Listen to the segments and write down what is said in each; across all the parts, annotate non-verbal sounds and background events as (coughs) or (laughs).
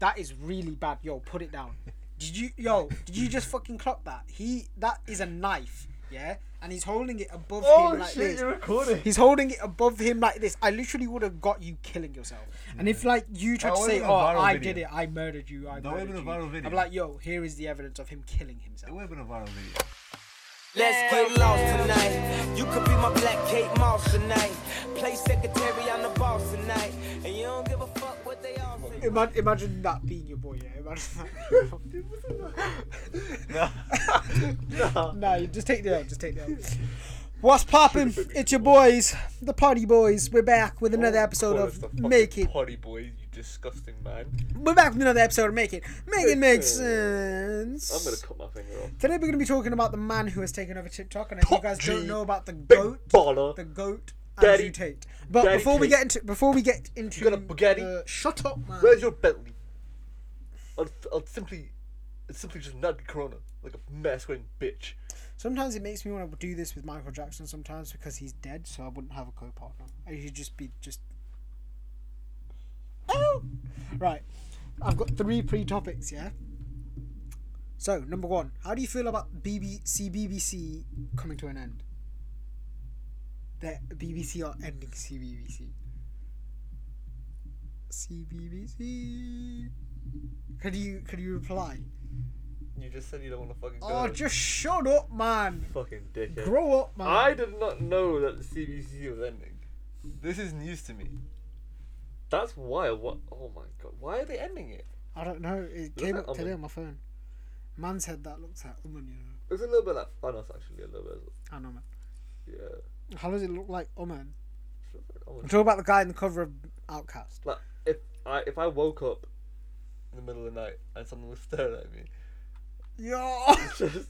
that is really bad. Yo, put it down. Did you yo? Did you just fucking clock that? He that is a knife, yeah, and he's holding it above Oh him like shit, this. you're recording. He's holding it above him like this. I literally would have got you killing yourself. And if like you tried That to say, would've been a "Oh, viral I video. did it. I murdered you. I That would've murdered been a you," viral video. I'm like, "Yo, here is the evidence of him killing himself." It would have been a viral video. Let's get lost tonight. You could be my black Kate Moss tonight. Play secretary on the boss tonight. And you don't give a fuck what they all say. Imagine, imagine that being your boy. Yeah, imagine that. No. (laughs) (laughs) Nah, you just take the L. Just take the L. What's poppin'? It's your boys, the Party Boys. We're back with another Oh, episode call us the of fucking Make It. Potty boy, you disgusting man. We're back with another episode of Make It. Make It Make Make Sense. I'm gonna cut my finger off. Today we're going to be talking about the man who has taken over TikTok, and if you guys Pop don't G. know about the Big goat, baller. the goat, Daddy- Andrew Tate. But Daddy before we Tate. get into before we get into got a Bugatti? the- shut up, man. Where's your Bentley? I'll, I'll simply, it's simply just not Corona, like a mask wearing bitch. Sometimes it makes me want to do this with Michael Jackson sometimes because he's dead, so I wouldn't have a co partner. I should just be just. (coughs) Oh! Right. I've got three pre topics, yeah? So, number one, how do you feel about BBC, BBC coming to an end? That BBC are ending CBBC. CBBC. Could you could you reply? You just said you don't want to fucking. Go. Oh, just shut up, man. fucking dickhead. Grow up, man. I did not know that the CBC was ending. This is news to me. That's wild. What? Oh my god. Why are they ending it? I don't know. It Look came at up today Oman. on my phone. Man's head that looks like Oman, you know. It's a little bit like Thanos, actually. A little bit. I know, man. Yeah. How does it look like Oman? Oh my I'm talking about the guy in the cover of Outcast. Like if I if I woke up in the middle of the night and someone was (laughs) staring at me, Yo! (laughs) just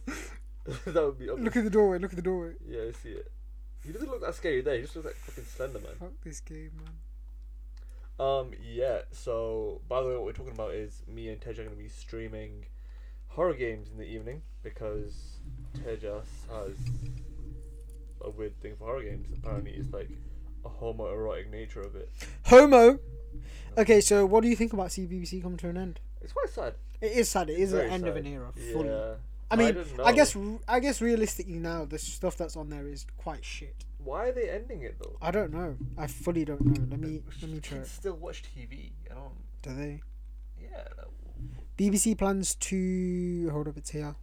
that would be obvious. look at the doorway, look at the doorway. yeah, I see it. He doesn't look that scary there. He just looks like fucking Slender Man. Fuck this game, man. Um, yeah. So by the way, what we're talking about is me and Tej are gonna be streaming horror games in the evening because Tejas has a weird thing for horror games. Apparently, it's like a homoerotic nature of it. Homo! Okay, so what do you think about CBBC coming to an end? It's quite sad. It is sad. It is the Very end of sad. an era, fully. Yeah. I mean, didn't I, know. guess r- I guess realistically now, the stuff that's on there is quite shit. Why are they ending it though? I don't know. I fully don't know. Let me let me try. Kids it. still watch TV. I don't. Do they? Yeah, like, BBC plans to hold up. It's here.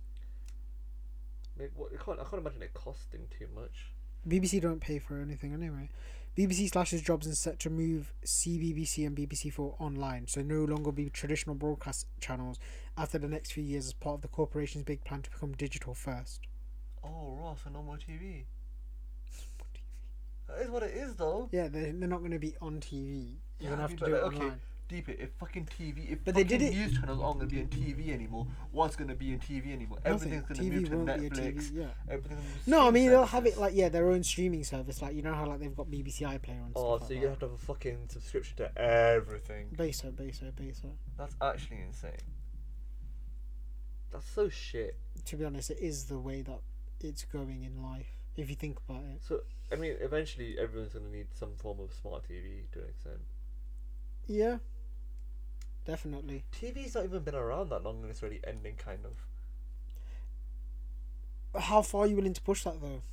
maybe, what, I can't. I can't imagine it costing too much. BBC don't pay for anything anyway. BBC slashes jobs and set to move CBBC and BBC4 online, so no longer be traditional broadcast channels after the next few years as part of the corporation's big plan to become digital first. Oh, Ross, and no more TV. That is what it is, though. Yeah, they're, they're not going to be on TV. You're going to I have mean, to but, do it like, okay, online. deep it. If fucking TV, if But they fucking did it- news channels aren't gonna be on TV anymore, what's gonna be on TV anymore? Nothing. Everything's gonna TV move to won't be a TV, Netflix. yeah. Everything's gonna be No, I streaming mean, they'll have it services. like, yeah, their own streaming service. Like, you know how, like, they've got BBC iPlayer and Oh, stuff. so like that. you're gonna have to have a fucking subscription to everything. Beso, Beso, Beso. That's actually insane. That's so shit. To be honest, it is the way that it's going in life, if you think about it. So I mean, eventually everyone's gonna need some form of smart TV to an extent. Yeah. Definitely. TV's not even been around that long, and it's already ending, kind of. how far are you willing to push that though?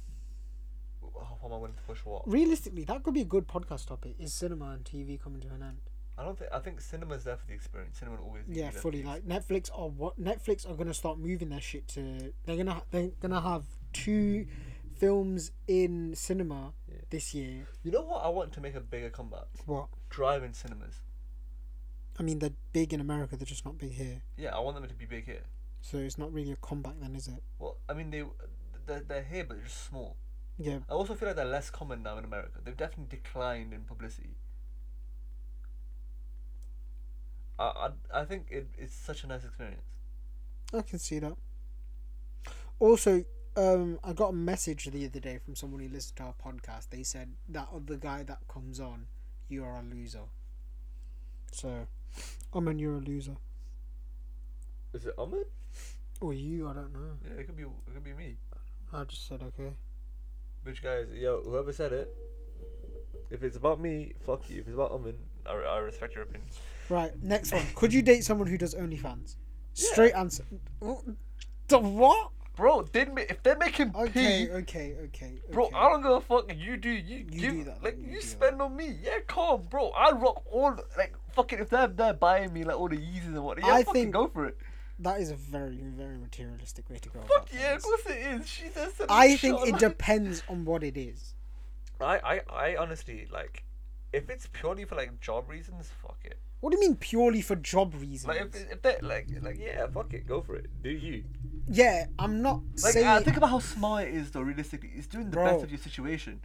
How far am I willing to push oh, what? Realistically, that could be a good podcast topic. Is cinema and TV coming to an end? I don't think. I think cinema's there for the experience. Cinema will always. be Yeah, there for fully. the Like Netflix are what Netflix are gonna start moving their shit to. They're gonna they're gonna have two films in cinema Yeah. this year. You know what? I want to make a bigger comeback. What? Drive-in cinemas. I mean, they're big in America. They're just not big here. Yeah, I want them to be big here. So it's not really a comeback then, is it? Well, I mean, they they're, they're here, but they're just small. Yeah. I also feel like they're less common now in America. They've definitely declined in publicity. I I, I think it, it's such a nice experience. I can see that. Also, um, I got a message the other day from someone who listened to our podcast. They said that other guy that comes on, you are a loser. So, I'm an you're a loser. Is it Ahmed? Or you, I don't know. Yeah, it could be it could be me. I just said okay. Which guys? Yo, whoever said it, If it's about me, fuck you. If it's about Omen, I, I respect your opinion. Right, next one. Could you date someone who does OnlyFans? Straight answer. The what? Hmm. Bro, they ma- if they're making Okay, pee, okay, okay. bro, okay. I don't give a fuck. You do, you, You give, do that, like you do you spend on me. Yeah, calm, bro. I rock all, like fucking. If they're they're buying me like all the Yeezys and what, yeah, I fucking think- go for it. That is a very, very materialistic way to go. about Fuck yeah, things. of course it is. She does something. I think short, it like- depends on what it is. (laughs) I, I, I honestly like, if it's purely for like job reasons, fuck it. What do you mean purely for job reasons? Like if if they like like yeah, fuck it, go for it. Do you? yeah, I'm not Like saying. uh, think about how smart it is though. Realistically, it's doing the Bro. best of your situation.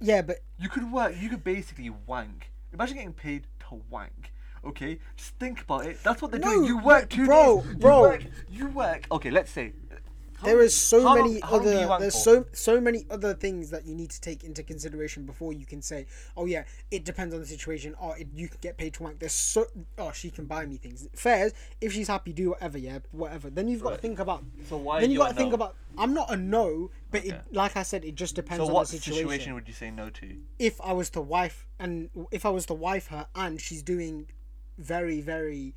yeah, but You could work. You could basically wank. Imagine getting paid to wank. Okay, just think about it. That's what they're No, doing. You work no, two bro, days. bro. You work, you work. Okay, let's say. How- there is so how long- many how long do you other wank there's for? so so many other things that you need to take into consideration before you can say, oh yeah, it depends on the situation. Or it, you can get paid to wank. There's so oh she can buy me things. Fair if she's happy, do whatever. Yeah, whatever. Then you've got to Right. think about. So why Then are you you got to a think no? about. I'm not a no, but it, Okay. like I said, it just depends So on what the situation. would you say no to? if I was to wife and if I was to wife her and she's doing very very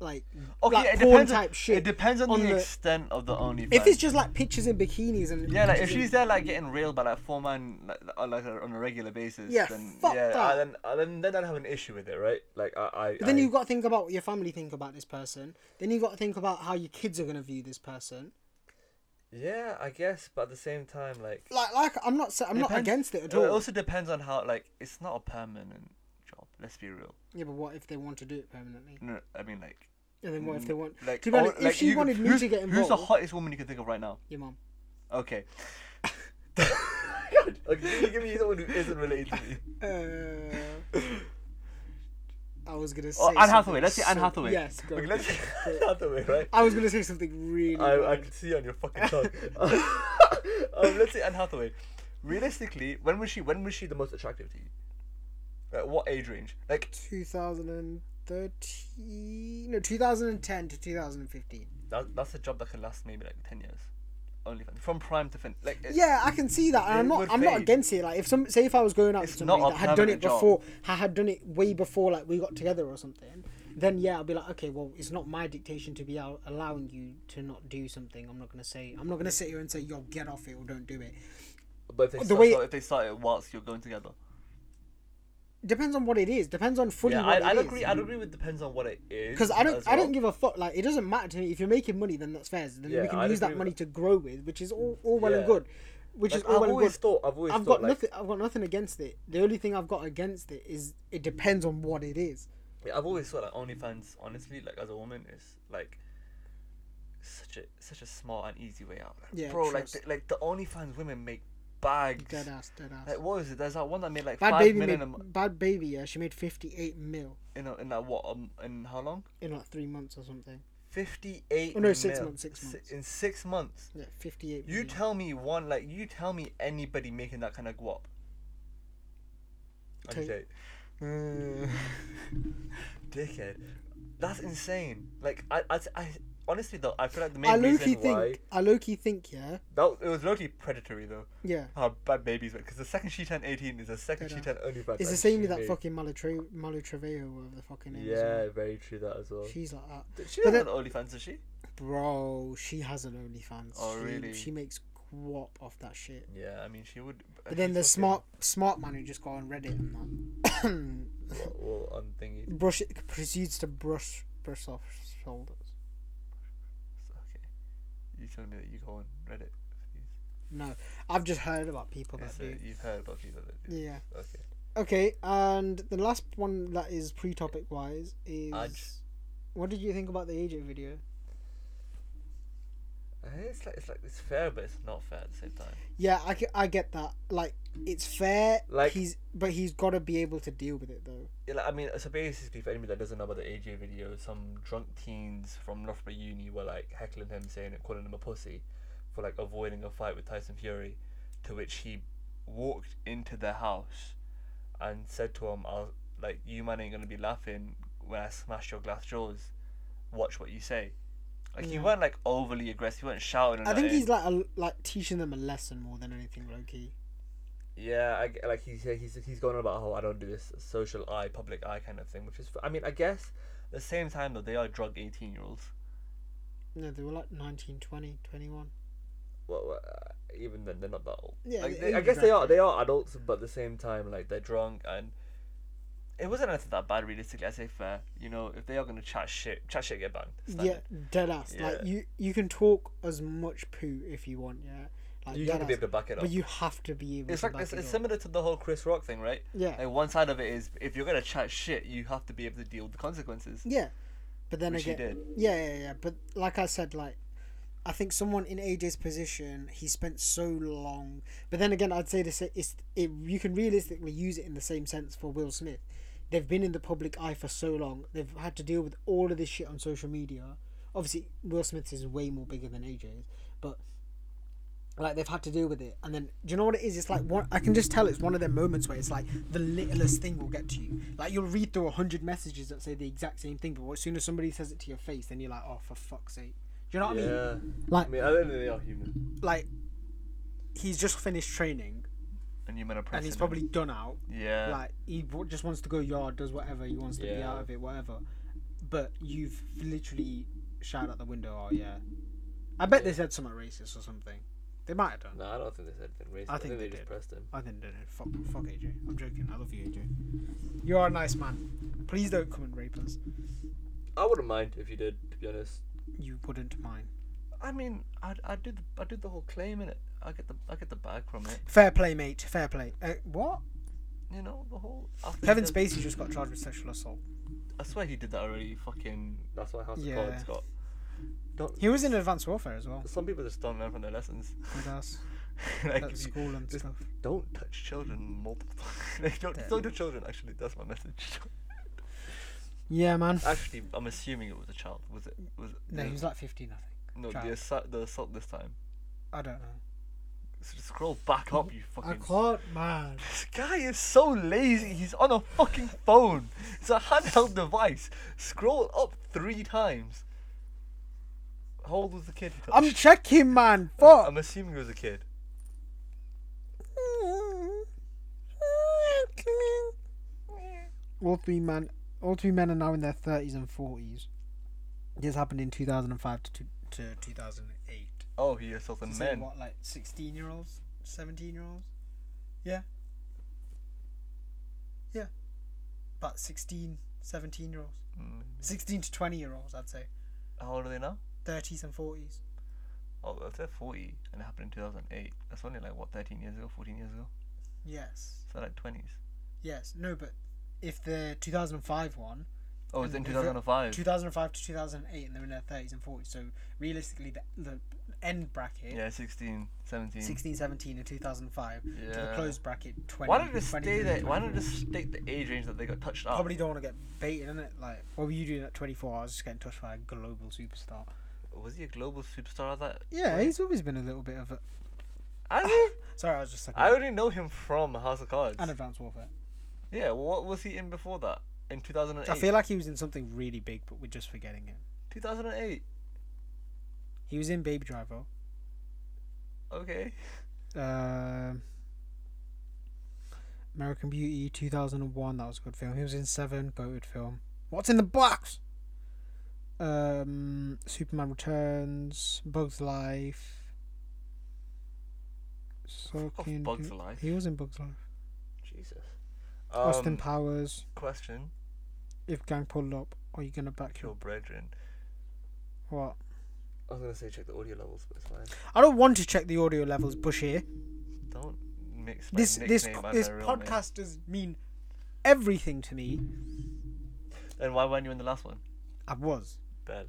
like Okay, like it porn depends. type on, shit. It depends on, on the, the- extent of the only. If it's just like pictures in bikinis and Yeah, like if pictures in- she's there like getting railed by like four man like, on, like on a regular basis, Yeah, then fuck yeah, that. I then I then then I'd have an issue with it, right? Like I, I But then I- you've got to think about what your family think about this person. Then you've got to think about how your kids are going to view this person. yeah, I guess, but at the same time, like Like, like I'm not, sa- I'm not depends- against it at It all. also depends on how like it's not a permanent job. Let's be real. Yeah, but what if they want to do it permanently? No, I mean like And then what if they want? like, to be honest, oh, if like, she you could- wanted me who's- to get Who's involved, the hottest woman you can think of right now? your mom. (laughs) Okay. like, give me- give me someone who isn't related to me. Uh, I was gonna say. Oh, Anne Hathaway. something Let's say Anne so- Hathaway. Yes, go. Okay, (laughs) let's say Anne Hathaway, right? I was gonna say something really. I, I bad. can see on your fucking (laughs) tongue. (laughs) um, let's say Anne Hathaway. Realistically, when was she? When was she the most attractive to you? Like what age range? Like 2013, no, 2010 to 2015. that, that's a job that could last maybe like ten years, only from- from prime to fin. Like it- Yeah, I can see that, and It I'm not, would I'm not fade. against it. Like, if some, say, if I was going out with It's somebody not a that had done it permanent job. before, I had done it way before, like we got together or something, then yeah, I'd be like, okay, well, it's not my dictation to be out allowing you to not do something. I'm not gonna say, I'm not gonna sit here and say, yo, get off it or don't do it. but if they, The start, way- so if they start it whilst you're going together. Depends on what it is. Depends on fully Yeah, what I, it I is. agree. I agree. It depends on what it is. Because I don't, as I don't well. give a fuck. Like it doesn't matter to me if you're making money, then that's fair. Then we Yeah, can I'd use that agree with money that. to grow with, which is all, all well and Yeah. good. Which Like, is all I've well and always good. thought. I've always I've got thought. like, nothing. I've got nothing against it. The only thing I've got against it is it depends on what it is. Yeah, I've always thought like OnlyFans, honestly, like as a woman, is like such a such a smart and easy way out. Like, Yeah, bro, like trust. the, like the OnlyFans women make bags. Dead ass, dead ass. Like what was it? There's that one that made like Bad five baby, million made, a mo- bad baby. Yeah, she made fifty-eight mil in a, in that what um, in how long? in like three months or something. Fifty eight. Oh, no, six months, six months. In six months, Yeah, fifty-eight. you million. tell me one like you tell me anybody making that kind of guap. I'm Tate. Tate. (laughs) Dickhead, that's insane. Like I, I, I honestly though, I feel like the main I reason low-key why think. I low-key think. Yeah. That it was literally predatory though. Yeah. How bad babies went because the second she turned eighteen is the second she Yeah. turned only bad. It's the like, same she with that made- fucking Malotrevo, Malotrevo, whatever the fucking name is. Yeah, very true that as well. She, She's like that. she but doesn't have OnlyFans, does she? Bro, she has an OnlyFans. Oh, she, really? She makes guap off that shit. Yeah, I mean she would. But then the she's smart smart man who just got on Reddit and that fucking- Well, well, on thingy. (coughs) brush it proceeds to brush brush off his shoulders. Okay, you told me that you go on Reddit. for these. No, I've just heard about people Okay, that so do. you've heard about people that do. Yeah. Okay. Okay, and the last one that is pre-topic wise is. Aj. What did you think about the AJ video? I think it's like it's like it's fair, but it's not fair at the same time. Yeah, I, ge- I get that. Like, it's fair. Like- he's but he's got to be able to deal with it though. Yeah, like, I mean, so basically, for anybody that doesn't know about the AJ video, some drunk teens from Loughborough Uni were like heckling him, saying and calling him a pussy for like avoiding a fight with Tyson Fury, to which he walked into their house and said to him, "I'll like you man ain't gonna be laughing when I smash your glass jaws. Watch what you say." Like he Yeah. weren't like overly aggressive. He weren't shouting. or I think nothing. he's like a, like teaching them a lesson more than anything, low key. yeah, I g like he's he's he's going on about how I don't do this social eye, public eye kind of thing, which is I mean I guess at the same time though they are drug eighteen year olds. No, they were like 19, 20, 21. Well, uh, even then they're not that old. Yeah, e-, like, they- they, I guess they are they are adults, but at the same time like they're drunk and it wasn't anything that bad realistically. I say fair, you know, if they are gonna chat shit, chat shit get banged. Yeah, dead ass. Like Yeah. you, you can talk as much poo if you want. Yeah, like You have to be deadass, able to back it up. But you have to be able. It's to like back it's, it it's up. similar to the whole Chris Rock thing, right? Yeah. Like one side of it is if you're gonna chat shit, you have to be able to deal with the consequences. Yeah, but then Which he again, did. yeah, yeah, yeah. But like I said, like I think someone in AJ's position, he spent so long. But then again, I'd say this: it's it, you can realistically use it in the same sense for Will Smith. They've been in the public eye for so long. They've had to deal with all of this shit on social media. Obviously, Will Smith is way more bigger than AJ's, but like they've had to deal with it and then do you know what it is it's like one i can just tell it's one of them moments where it's like the littlest thing will get to you like you'll read through 100 messages that say the exact same thing but as soon as somebody says it to your face then you're like oh for fuck's sake do you know what i mean Like- I mean, I don't think they are human. like he's just finished training And human oppression. and he's probably done out yeah. like he w- just wants to go yard does whatever he wants to be Yeah. out of it whatever but you've literally shouted out the window oh yeah i bet they said something racist or something they might have done no, I don't think they said anything racist. I think they did. pressed him. I didn't do it. Fuck, fuck AJ. I'm joking. I love you, AJ. You are a nice man. Please don't come and rape us. I wouldn't mind if you did, to be honest. You wouldn't mind. I mean, I I did I did the whole claim in it. I get the I get the bag from it. Fair play, mate. Fair play. Uh, what? You know the whole. Kevin Spacey just got charged with sexual assault. I swear he did that already. Fucking. That's why House Yeah. of Cards got. Don't. He was in Advanced Warfare as well. Some people just don't learn from their lessons. (laughs) With us like at if you school and just stuff. don't touch children multiple (laughs) times. like, don't, Yeah. don't do children. Actually, that's my message. (laughs) Yeah, man. Actually, I'm assuming it was a child. Was it? Was it? No, the- he was like 15, I think. no, child. the assault, the assault this time. I don't know. S- Scroll back up, you fucking. can't, man. This guy is so lazy. He's on a fucking phone. It's a handheld device. Scroll up three times. How old was the kid? he I'm touched? checking, man. Fuck. I'm assuming it was a kid. All three man, all three men are now in their thirties and forties. This happened in 2005 to two, to 2008. Oh, he assaulted So men. what, like 16 year olds, 17 year olds? Yeah. Yeah. About 16, 17 year olds. Mm, 16 to 20 year olds, I'd say. How old are they now? 30s and 40s. Oh, if they're 40 and it happened in 2008, that's only like what 13 years ago, 14 years ago. Yes. So like 20s. Yes. No, but if the 2005 one, Oh, it's And in if it- 2005. 2005 to 2008, and they're in their 30s and 40s, so realistically, the, the end bracket. Yeah, 16, 17. 16, 17 in 2005 to the Yeah. close bracket 20. Why don't it 20, stay there? Why don't it state the age range that they got touched up? probably don't want to get baited in it. Like, what were you doing at 24 hours just getting touched by a global superstar? Was he a global superstar at (laughs) that? Yeah, point? he's always been a little bit of a. I mean, Sorry, I was just like. I already know him from House of Cards. and Advanced Warfare. Yeah, well, what was he in before that? In 2008. I feel like he was in something really big, but we're just forgetting it. 2008. He was in Baby Driver. Okay. (laughs) Um American Beauty 2001, that was a good film. He was in Seven, goated film. What's in the box? Um, Superman Returns, Bugs Life. Fucking Oh, Bugs do- Life. He was in Bugs Life. Jesus. Austin Um, Powers. question. If gang pulled up, are you gonna back Kill your Brethren. what? I was gonna say check the audio levels, but it's fine. I don't want to check the audio levels, Bush here. Don't mix my This this nickname and this my real podcast does mean everything to me. Name. Then why weren't you in the last one? I was. Barely.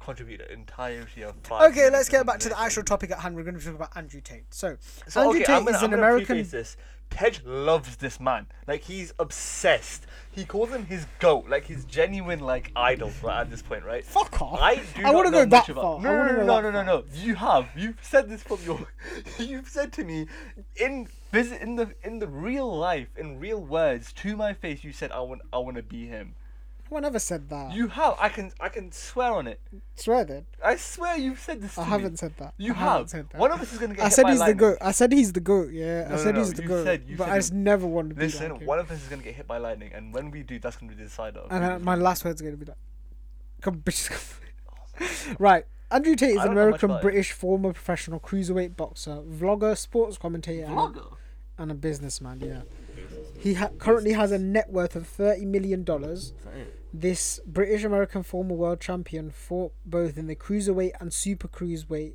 Contribute an entirety of five. Okay, let's minutes get back to the conversation. actual topic at hand. We're going to talk about Andrew Tate. So, So, Andrew okay, Tate I'm gonna, is I'm an gonna American. preface This. Tej loves this man. Like he's obsessed. He calls him his goat. Like his genuine like idol. Right at this point, right? Fuck off. I do I not wanna know go much that about- far. I No, no, wanna no, go no, that no, no, no. You have. You've said this from your. (laughs) You've said to me, in visit in the in the real life, in real words, to my face. You said, "I want, I want to be him." No one ever said that. You have. I can. I can swear on it. Swear then. I swear you've said this. To I me. haven't said that. You I have. haven't said that. One of us is gonna get. I hit said by he's the lightning. goat. I said he's the goat. Yeah, I No, no, said no, he's the you goat. said- you but said I you- just never wanted to be Listen, like him. one of us is gonna get hit by lightning, and when we do, that's gonna be the decider. And uh, my last word's gonna be like, "Come, (laughs) bitches, (laughs) come." right. Andrew Tate is I an don't know much American about British former professional cruiserweight boxer, vlogger, sports commentator, and a- Vlogger? and a businessman. Yeah, he ha- currently has a net worth of thirty million dollars. This British American former world champion fought both in the cruiserweight and super cruiserweight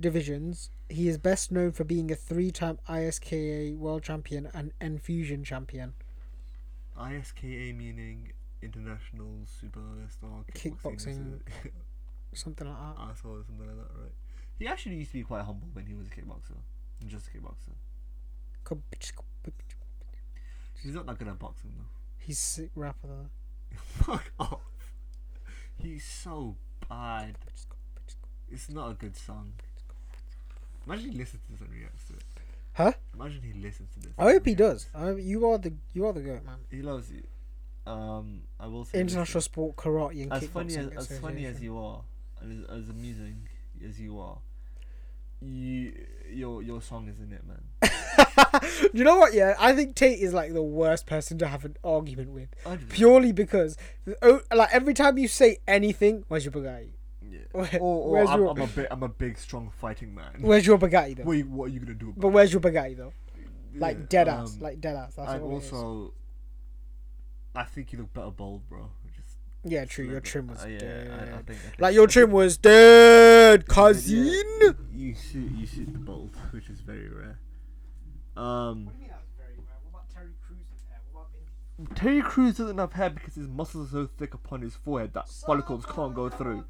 divisions. He is best known for being a three-time ISKA world champion and N Fusion champion. ISKA meaning International Superstar Kickboxing. Something like that. (laughs) asshole or something like that, right? He actually used to be quite humble when he was a kickboxer. Just a kickboxer. Come, bitches, come, bitches. He's not that good at boxing though. (laughs) He's sick rapper though. Fuck off. He's so bad. Bitches, come, bitches, come. It's not a good song. Imagine he listens to this and reacts to it. Huh? Imagine he listens to this. I hope he does. I hope you are the you are the goat man. He loves you. Um, I will say. this, International sport karate and As kickboxing. funny as, as funny as Association. you are, and as, as amusing as you are, you your your song is in it, man. You know what? Yeah, I think Tate is like the worst person to have an argument with, I'd- purely because oh, like every time you say anything, where's your Bugatti? (laughs) Yeah. Where- Or, or where's I'm, your- I'm a big, I'm a big, strong fighting man. Where's your Bugatti though? Wait, what are you gonna do about But where's your Bugatti though? Like Yeah, dead ass, um, like dead ass. That's And all it is. also, I think you look better bald, bro. Just Yeah, true. Your look- trim was uh, yeah, dead. I, I think, I think- like your trim was dead, but cousin. yeah, you shoot, you shoot the bald, which is very rare. Um, Terry Crews doesn't have hair because his muscles are so thick upon his forehead that follicles can't go through.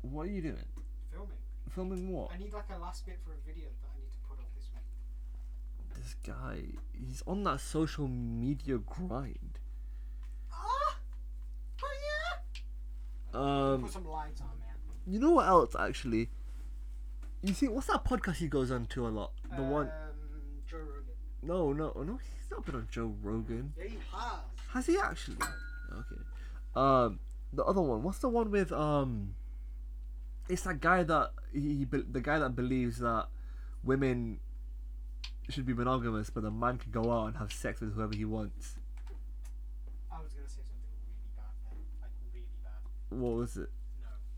What are you doing? Filming. Filming what? I need like a last bit for a video that I need to put up this week. This guy, he's on that social media grind. Ah! Oh yeah! Um, Put some lights on, man. You know what else actually? You see, what's that podcast he goes on to a lot? The one? Um, Joe Rogan. No, no, no. He's not been on Joe Rogan. Yeah, he has. Has he actually? Okay. Um, the other one. What's the one with um? It's that guy that he, he be- the guy that believes that women should be monogamous, but the man can go out and have sex with whoever he wants. I was gonna say something really bad then, like really bad. What was it?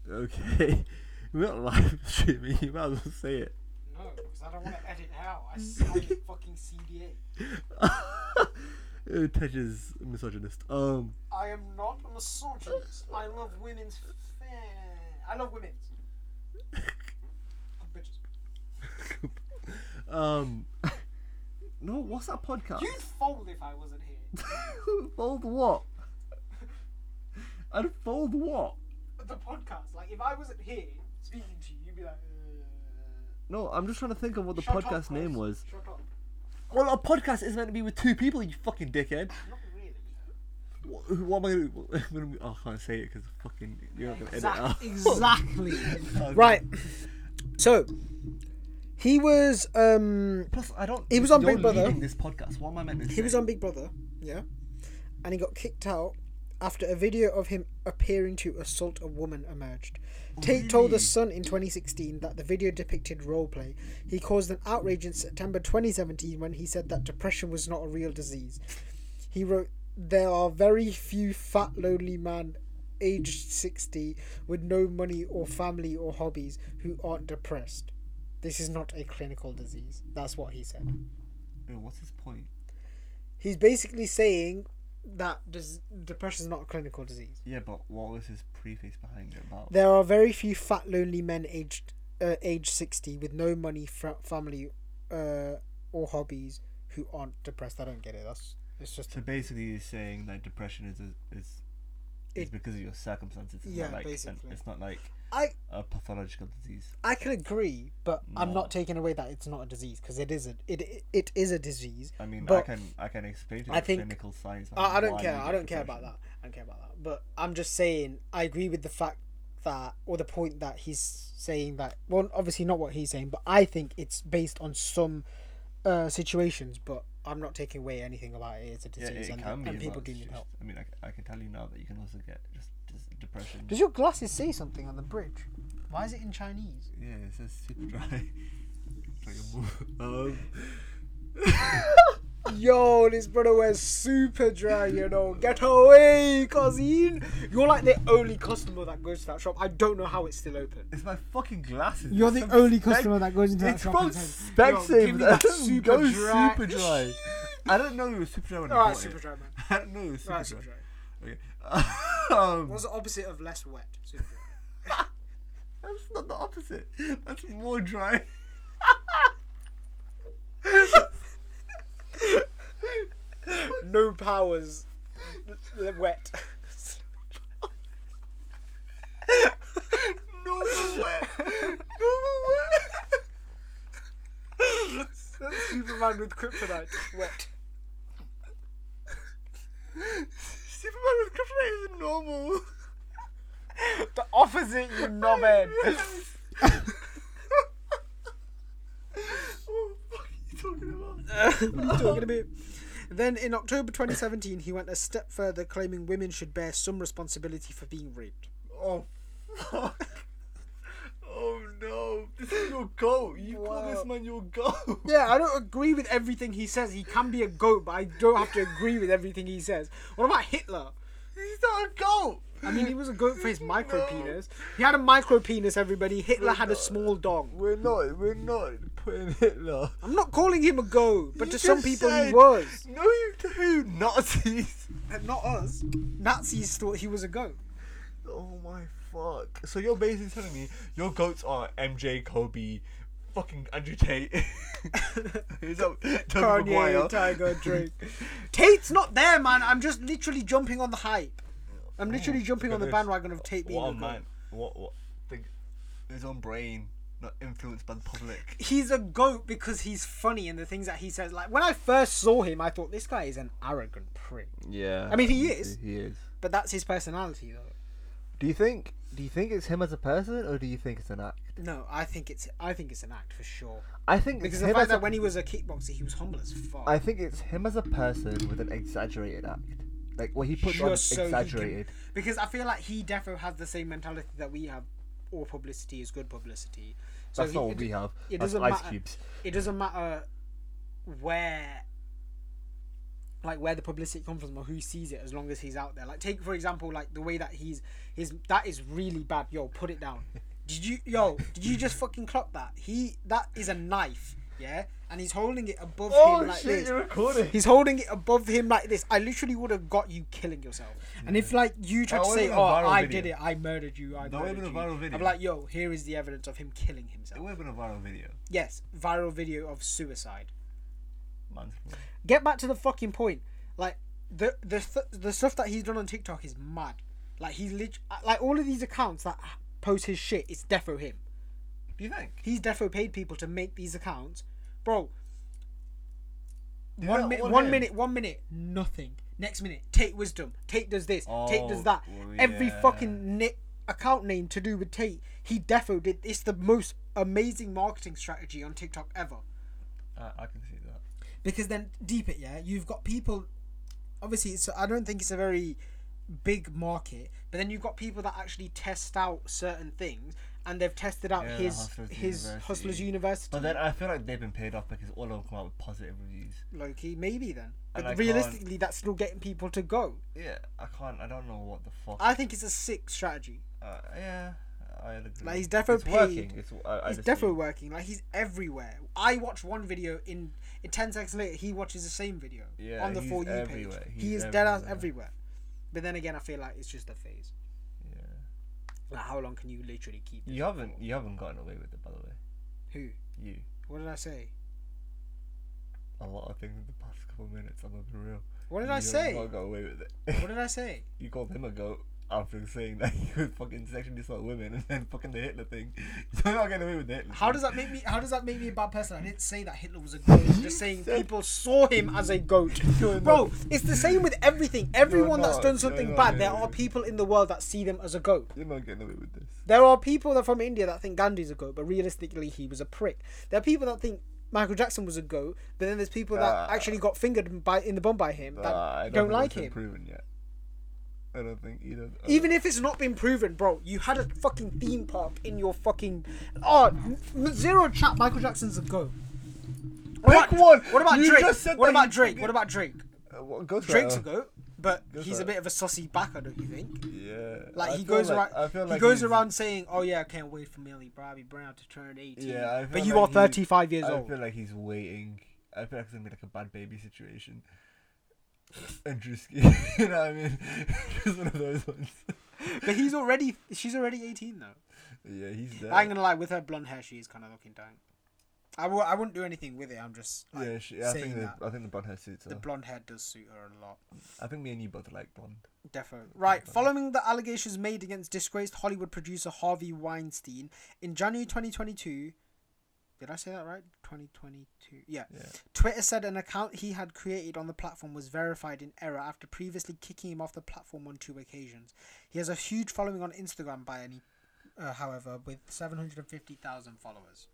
No, Okay. (laughs) We're not live streaming. You might as well say it. (laughs) no, because I don't want to edit out. I signed a fucking CDA. it touches misogynist. Um. I am not a misogynist. I love women's. Fa- I love women's. Oh, bitches. Um, no, what's that podcast? You'd fold if I wasn't here. (laughs) fold what? I'd fold what? The podcast, like if I wasn't here speaking to you, you'd be like. Uh, No, I'm just trying to think of what the shut up, podcast name Chris. was. Shut up. Well, a podcast is meant to be with two people, you fucking dickhead. Not really. What, what am I gonna? What, (laughs) I'm gonna be, oh, I can't say it because fucking you're not gonna edit it out. Exact- exactly. Right. So he was um Plus, I don't. He was on you're Big Brother. leading This podcast. What am I meant to say? he was on Big Brother, yeah. And he got kicked out after a video of him appearing to assault a woman emerged. Tate told The Really? Sun in 2016 that the video depicted roleplay. He caused an outrage in September 2017 when he said that depression was not a real disease. He wrote, There are very few fat, lonely men aged 60 with no money or family or hobbies who aren't depressed. This is not a clinical disease. That's what he said Yeah, What's his point? he's basically saying that des- depression is not a clinical disease. Yeah, but what was his preface behind it about? There are very few fat, lonely men aged uh, age sixty with no money, fra- family, uh, or hobbies who aren't depressed. I don't get it. That's it's just So basically, he's saying that depression is a, is is It- because of your circumstances. It's Yeah, not like an, basically. it's not like I a pathological disease. I can agree, but I'm No. not taking away that it's not a disease because it is a it it is a disease. I mean, I But- can I can explain to you I the think- clinical science. I, I behind don't why care. you I get don't care about depression. that. I don't care about that. But I'm just saying, I agree with the fact that, or the point that he's saying that, well, obviously not what he's saying, but I think it's based on some uh, situations, but I'm not taking away anything about it. It's a Yeah, disease, it and, can be. and people but do it's need just- help. I mean, I, I can tell you now that you can also get just, just depression. Does your glasses say something on the bridge? Why is it in Chinese? Yeah, it says super dry. (laughs) It's like a wo- um, (laughs) Yo, this brother wears super dry, you know. Get away, cousin. You're like the only customer that goes to that shop. I don't know how it's still open. it's my fucking glasses. You're It's the some only spec- customer that goes into that It's shop from and says, "Yo, give (laughs) Specsave. me that That super super dry." super dry. I didn't know it was super dry when I Alright, bought super it. dry, man. (laughs) I didn't know it was super Alright, dry. super dry. Okay. (laughs) um, What's the opposite of less wet? (laughs) Super dry. That's not the opposite. That's more dry. No powers. L- l- wet. No way. Superman with kryptonite. Wet. Superman with kryptonite is normal. The opposite, you (laughs) knobhead. what the fuck are you talking about? talking about. Then in October 2017, he went a step further, claiming women should bear some responsibility for being raped. Oh fuck. Oh no. This is your goat. You call Wow. this man your goat. (laughs) Yeah, I don't agree with everything he says. He can be a goat, but I don't have to agree with everything he says. What about Hitler? He's not a goat. I mean, he was a goat for his micro penis. He had a micro penis, everybody. Hitler had a small dog. We're not we're not putting Hitler. I'm not calling him a goat, but You to some just people he said- was. No you do Nazis. Not us. Nazis thought he was a goat. Oh my fuck. So you're basically telling me your goats are MJ Kobe fucking Andrew (laughs) Tate. Is that Toby Maguire? Kanye, Tiger, Drake. Tate's not there, man. I'm just literally jumping on the hype. I'm literally jumping on the Oh, (laughs) goodness. bandwagon of Tate being What a a goat. man. What what think his own brain not influenced by the public. He's a goat because he's funny and the things that he says. Like when I first saw him, I thought this guy is an arrogant prick. Yeah. I mean, he is. He is. But that's his personality, though. Do you think? Do you think it's him as a person, or do you think it's an act? No, I think it's I think it's an act for sure. I think Because it's the him fact as a- that when he was a kickboxer, he was humble as fuck. I think it's him as a person with an exaggerated act. Like what he puts on Just so he can- exaggerated. because I feel like he defo has the same mentality that we have. All publicity is good publicity. So That's he- not it- what we have. it That's doesn't ice matter. cubes. it doesn't matter where like where the publicity comes from or who sees it as long as he's out there like take for example like the way that he's his that is really bad yo put (laughs) it down did you yo did you just fucking clock that he that is a knife yeah and he's holding it above Oh, him like this (laughs) recording. He's holding it above him like this. I literally would have got you killing yourself. And if like you tried That to say, would've been a "Oh, viral I video. did it. I murdered you. I That murdered would've you," been a viral video. I'm like, "Yo, here is the evidence of him killing It himself." would have been a viral video. Yes, viral video of suicide. Man's get back to the fucking point. Like the the th- the stuff that he's done on TikTok is mad. Like he's lit- like all of these accounts that post his shit. It's defo him. Do you think? He's defo paid people to make these accounts, bro. Do you One think minute, all one him? minute, one minute, nothing. Next minute, Tate wisdom. Tate does this. Tate does Oh, that. well, Every yeah. fucking ni- account name to do with Tate, he defo did. It's the most amazing marketing strategy on TikTok ever. I, Uh, I can see that. because then deep it yeah you've got people obviously it's i don't think it's a very big market but then you've got people that actually test out certain things and they've tested out Yeah, his Hustlers his University. hustlers university But then I feel like they've been paid off because all of them come out with positive reviews. loki maybe then And but I can't- realistically that's still getting people to go Yeah, I can't. I don't know what the fuck. i think it's a sick strategy uh, yeah, I agree. Like, he's defo It's working. paid. It's, I, I he's just- definitely working like he's everywhere i watch one video in, in 10 seconds later he watches the same video Yeah, on the he's for you everywhere. page He's he is dead ass everywhere. everywhere but then again i feel like it's just a phase Yeah. Like, how long can you literally keep? this You haven't. for? You haven't gotten away with it, by the way. Who? You. What did I say? A lot of things in the past couple of minutes. I'm gonna be real. What did you I have say? Not got away with it. What did I say? you called him a goat after saying that (laughs) he would fucking sexually assault women and then fucking the Hitler thing. (laughs) You're not getting away with the Hitler. How thing. does that make me? How does that make me a bad person? I didn't say that Hitler was a goat. I'm just (laughs) saying people saw him as a goat. You're Bro, it's the same with everything. Everyone that's not. done You're something not bad, there doing are it. people in the world that see them as a goat. You're not getting away with this. There are people that are from India that think Gandhi's a goat, but realistically he was a prick. There are people that think Michael Jackson was a goat, but then there's people Ah. that actually got fingered by in the bum by him that Uh, I don't, think like that's been him. Proven yet? I don't think either. I Even if it's not been proven, bro, you had a fucking theme park in your fucking. Oh, n- zero chat. Michael Jackson's a goat. What Pick one! What about You Drake? just said what that about you- Drake? What about Drake? don't- Uh, well, Ghost Drake's a Rider. goat, but Goes he's a right. bit of a sussy backer, don't you think? Yeah. Like I he feel goes like- I feel around, like he goes he's- around saying, "Oh yeah, I can't wait for Millie Bobby Brown to turn 18." Yeah, I feel but you like are he- 35 years I old. feel like he's waiting. I feel like it's gonna be like a bad baby situation. Andrewski, (laughs) you know what I mean? Just one of those ones. (laughs) But he's already, she's already 18 though. Yeah, he's there. I ain't gonna lie, with her blonde hair, she is kind of looking dying. I w- I wouldn't do anything with it. I'm just like, yeah, she, I saying think the that. I think the blonde hair suits her. The blonde hair does suit her a lot. I think me and you both like blonde. Defo. Right, following the allegations made against disgraced Hollywood producer Harvey Weinstein in January 2022, did I say that right? 2022. Yeah. Yeah. Twitter said an account he had created on the platform was verified in error after previously kicking him off the platform on two occasions. He has a huge following on Instagram by any uh, however with 750,000 followers.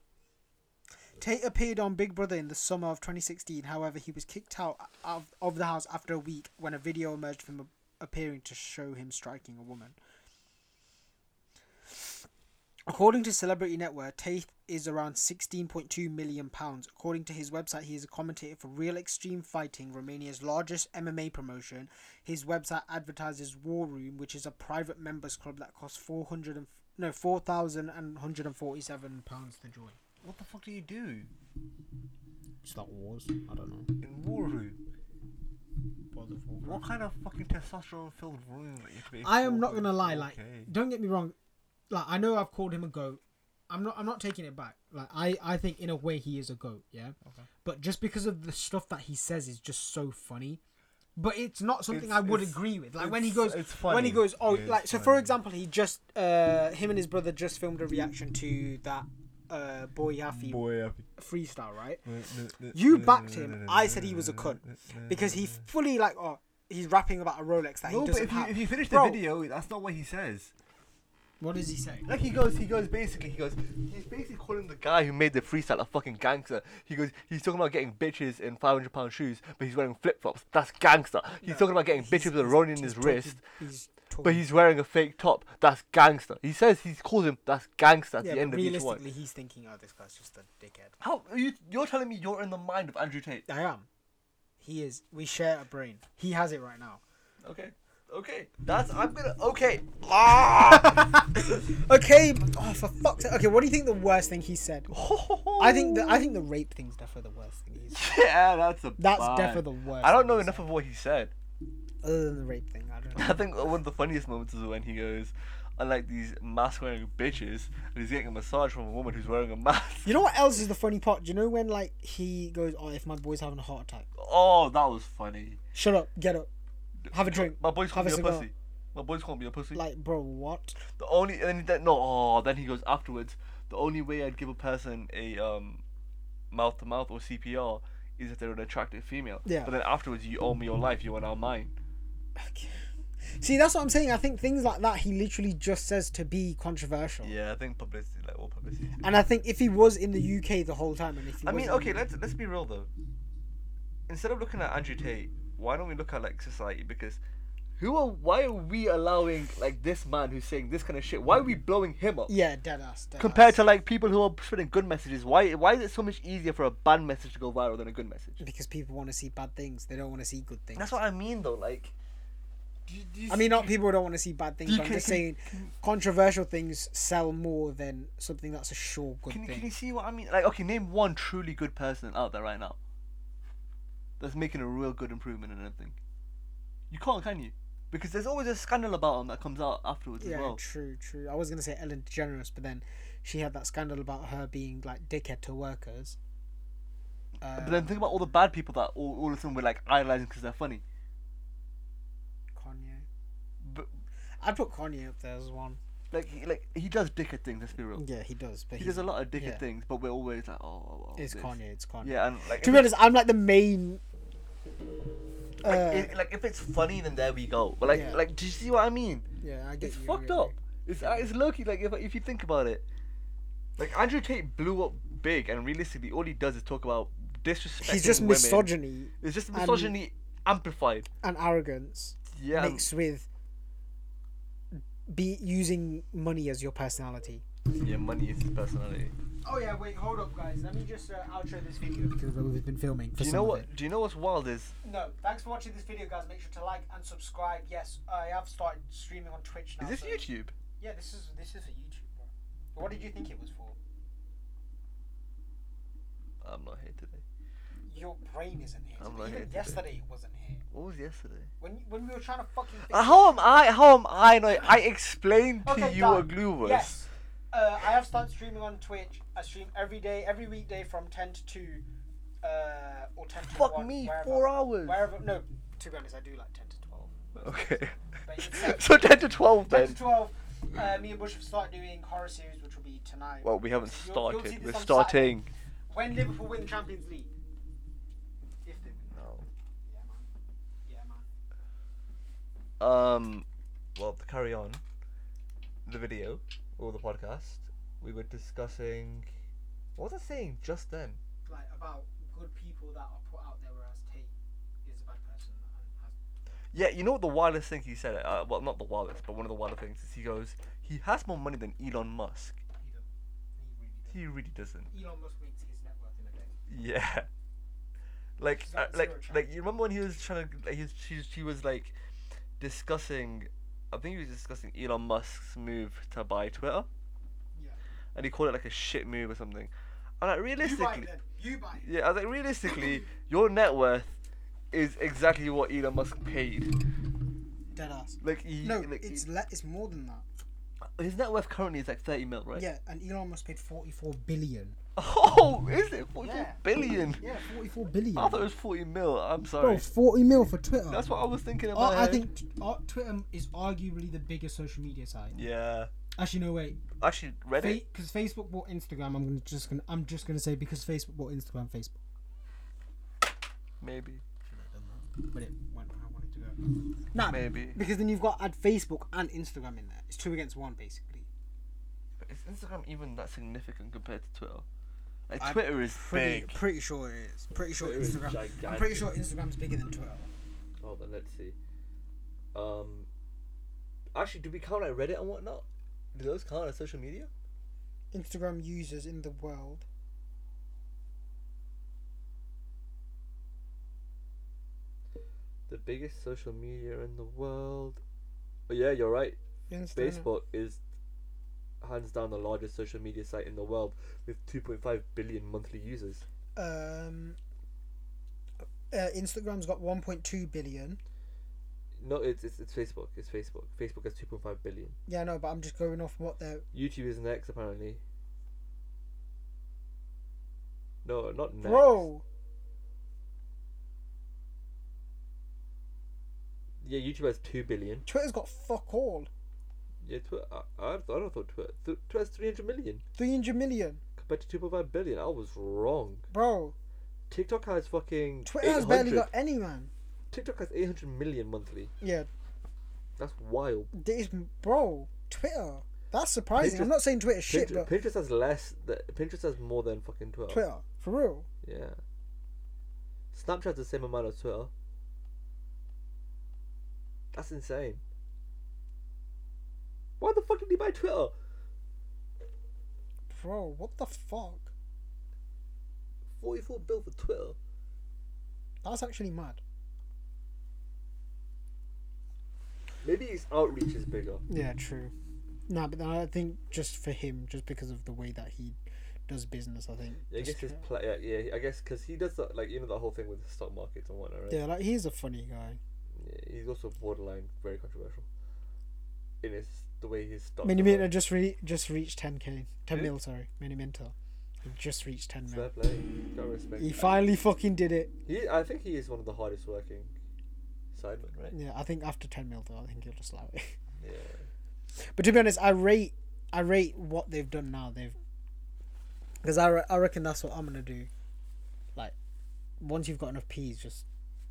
Tate appeared on Big Brother in the summer of 2016. However, he was kicked out of, of the house after a week when a video emerged from him appearing to show him striking a woman. According to Celebrity Network, Tate is around 16.2 million pounds. According to his website, he is a commentator for Real Extreme Fighting, Romania's largest MMA promotion. His website advertises War Room, which is a private members club that costs 400 and, no 4,147 pounds to join. What the fuck do you do Star Wars? I don't know. in war room? World of Warcraft. What kind of fucking testosterone-filled room are you creating? I am for not gonna with lie. Like, 4K? don't get me wrong. Like, I know I've called him a goat. I'm not. I'm not taking it back. Like, I. I think in a way he is a goat. Yeah. But just because of the stuff that he says is just so funny. But it's not something It's- I would it's- agree with. Like when he goes, it's- it's when he funny. goes, oh, Yeah, like it's so. For funny. example, he just, uh, him and his brother just filmed a reaction to that, uh, Boy Yaffy boy up. freestyle, right? No, no, no, (laughs) You no, backed no, him. no, no, I no, said he no, was a no, (laughs) cunt no, no, because no, he no. fully like, oh, he's rapping about a Rolex that No, he but doesn't if you, have. if you finish the Bro, video, that's not what he says. What does he say? Like he goes, he goes basically, he goes, he's basically calling the guy who made the freestyle a fucking gangster. He goes, he's talking about getting bitches in 500 pound shoes, but he's wearing flip flops. That's gangster. He's talking about getting bitches with a rolling in his wrist, but he's wearing a fake top. That's gangster. He says he calls him that's gangster at yeah, the but end of each one. realistically, he's thinking, "Oh, this guy's just a dickhead." How are you? You're telling me you're in the mind of Andrew Tate? I am. He is. We share a brain. He has it right now. Okay, okay, that's I'm gonna okay. Ah! Okay. Oh, for fuck's sake. Okay, what do you think the worst thing he said? I think the I think the rape thing's definitely the worst thing. He's, (laughs) yeah, that's a. that's bad- definitely the worst. I don't thing know he's enough of what he said. (laughs) said. Other than the rape thing, I don't know. I think one of the funniest moments is when he goes, I like these mask wearing bitches, and he's getting a massage from a woman who's wearing a mask. (laughs) You know what else is the funny part? Do you know when like he goes, "Oh, if my boy's having a heart attack, Oh, that was funny. shut up, get up, have a drink, My boy's have calling a me a cigar." pussy. My boy's calling me a pussy. Like, bro, what? the only, and then, then- no, oh, then he goes afterwards, the only way I'd give a person a um, mouth to mouth or CPR is if they're an attractive female. Yeah. But then afterwards, you owe me your life, you are now mine. See, that's what I'm saying. I think things like that he literally just says to be controversial. Yeah, I think publicity, like all publicity. is- And I think if he was in the UK the whole time, and if he I mean, wasn't- okay, let's let's be real though. Instead of looking at Andrew Tate, why don't we look at like society? Because who are why are we allowing like this man who's saying this kind of shit? Why are we blowing him up? yeah, dead ass. Dead oh, Compared ass. to like people who are spreading good messages, why why is it so much easier for a bad message to go viral than a good message? because people want to see bad things, they don't want to see good things. That's what I mean though. Like, do you- do you I mean, not people don't want to see bad things. You But I'm can- just can- saying, controversial things sell more than something that's a sure good Can you, thing. can you see what I mean? Like, okay, name one truly good person out there right now that's making a real good improvement in anything. You can't, can you? Because there's always a scandal about them that comes out afterwards yeah, as well. true, true. I was gonna say Ellen DeGeneres, but then she had that scandal about her being like dickhead to workers. but then think about all the bad people that all, all of a sudden we're like idolizing because they're funny. Kanye. But I'd put Kanye up there as one. like, he, like he does dickhead things. Let's be real. Yeah, he does. But He does a lot of dickhead yeah. things, but we're always like, oh, oh, oh, It's this. Kanye. It's Kanye. Yeah, and like, To if be it's- honest, I'm like the main. like, uh, if- like, if it's funny, then there we go. But like, Yeah. like, do you see what I mean? Yeah, I get It's you, I fucked get you. up. It's uh, it's low key, like if if you think about it. Like Andrew Tate blew up big, and realistically, all he does is talk about disrespecting He's just women. misogyny It's just and- misogyny amplified. and arrogance Yeah, and- mixed with be using money as your personality. yeah. Money is his personality. Oh yeah, wait, hold up, guys. Let me just uh, outro this video because we've been filming. For Do you know what? Do you know what's wild is? No, thanks for watching this video, guys. Make sure to like and subscribe. Yes, I have started streaming on Twitch now. Is this so- YouTube? Yeah, this is this is for YouTube, bro. But what did you think it was for? I'm not here today. Your brain isn't here. I'm today. not Even here today. yesterday, it wasn't here. What was yesterday? When when we were trying to fucking. fix Uh, how am I? How am I? No, I explained to Okay, you done. what glue was. Yes. Uh, I have started streaming on Twitch. I stream every day, every weekday from 10 to 2 uh, or 10 to Fuck 1, me, wherever- four hours. Wherever, no, to be honest, I do like 10 to 12. (laughs) Okay. But it's- so ten to twelve 10 to then. 12, uh, me and Bush have started doing horror series, which will be tonight. Well, we haven't You'll- you'll see this started. We're on Saturday. starting. When Liverpool win the Champions League. If they win. Yeah, man. Yeah, man. No. Um. Well, to carry on the video or the podcast, we were discussing. What was I saying just then? Like, about good people that are put out there, whereas Tate is a bad person and has Yeah, you know what the wildest thing he said? Uh, well, not the wildest, but one of the wildest things is he goes, he has more money than Elon Musk. he don't- he really does. He really doesn't. Elon Musk makes his net worth in a day. Yeah. (laughs) Like, He's uh, got like, zero chance. like you remember when he was trying to, like, he was, she, she was like discussing, I think he was discussing Elon Musk's move to buy Twitter, Yeah. and he called it like a shit move or something. And like realistically, You buy it. yeah, I was like realistically, your net worth is exactly what Elon Musk paid. Dead ass. Like, he, No, like, it's he- le- it's more than that. his net worth currently is like thirty mil, right? Yeah, and Elon Musk paid forty-four billion. (laughs) Oh, is it forty four Yeah. billion? Yeah, forty-four billion. I thought it was 40 mil. I'm Bro, sorry. forty mil for Twitter. That's what I was thinking Ar- about. I think t- ar- Twitter is arguably the biggest social media site. Yeah. Actually, no wait, Actually, Reddit. because Facebook bought Instagram. I'm gonna just gonna I'm just gonna say because Facebook bought Instagram, Facebook. Maybe. But it went where I wanted to go. Nah, Maybe. because then you've got add Facebook and Instagram in there. It's two against one basically. But is Instagram even that significant compared to Twitter? Like, I'm Twitter is Pretty, big. pretty sure it is. Pretty sure Twitter is Instagram. I'm gigantic. pretty sure Instagram's bigger than Twitter. Oh, then let's see. Um, actually, do we count like Reddit and whatnot? Do those count as social media? Instagram users in the world. The biggest social media in the world. Oh, yeah, you're right. Instagram. Facebook is hands down the largest social media site in the world with 2.5 billion monthly users. Um, uh, Instagram's got 1.2 billion. No, it's it's, it's Facebook. It's Facebook. Facebook has 2.5 billion. Yeah, no, but I'm just going off what they're. YouTube is next, apparently. No, not next. Bro! Yeah, YouTube has 2 billion. Twitter's got fuck all. Yeah, Twitter. I, I, don't- I don't thought Twitter. Th- Twitter has 300 million 300 million. compared to 2.5 billion. I was wrong. Bro, TikTok has fucking. Twitter has 800 barely got any, man. TikTok has 800 million monthly. Yeah, That's wild. this, bro, Twitter. That's surprising. I'm Pinterest- not saying Twitter's shit, Pinterest, but Pinterest has less. Th- Pinterest has more than fucking Twitter. Twitter, for real. Yeah. Snapchat's the same amount as Twitter. That's insane. Why the fuck did he buy Twitter? Bro, what the fuck? 44 bill for Twitter. That's actually mad. Maybe his outreach is bigger. Yeah, true. Nah, but then I think just for him, just because of the way that he does business, I think. Yeah, I just guess his Twitter. pla Yeah, yeah, I guess because he does that, like you know that whole thing with the stock markets and whatnot, right? (laughs) yeah, like he's a funny guy. Yeah, He's also borderline very controversial. In his the way his stock. Miniminta just re- just reached 10k, 10 Really? mil, sorry, Miniminta. He just reached 10 Fair mil. play. Got respect. He finally fucking did it. He, I think he is one of the hardest working sidemen, right? Yeah, I think after 10 mil though, I think he'll just allow it. Yeah. But to be honest, I rate I rate what they've done now. They've because I, re- I reckon that's what I'm gonna do. Like once you've got enough peas, just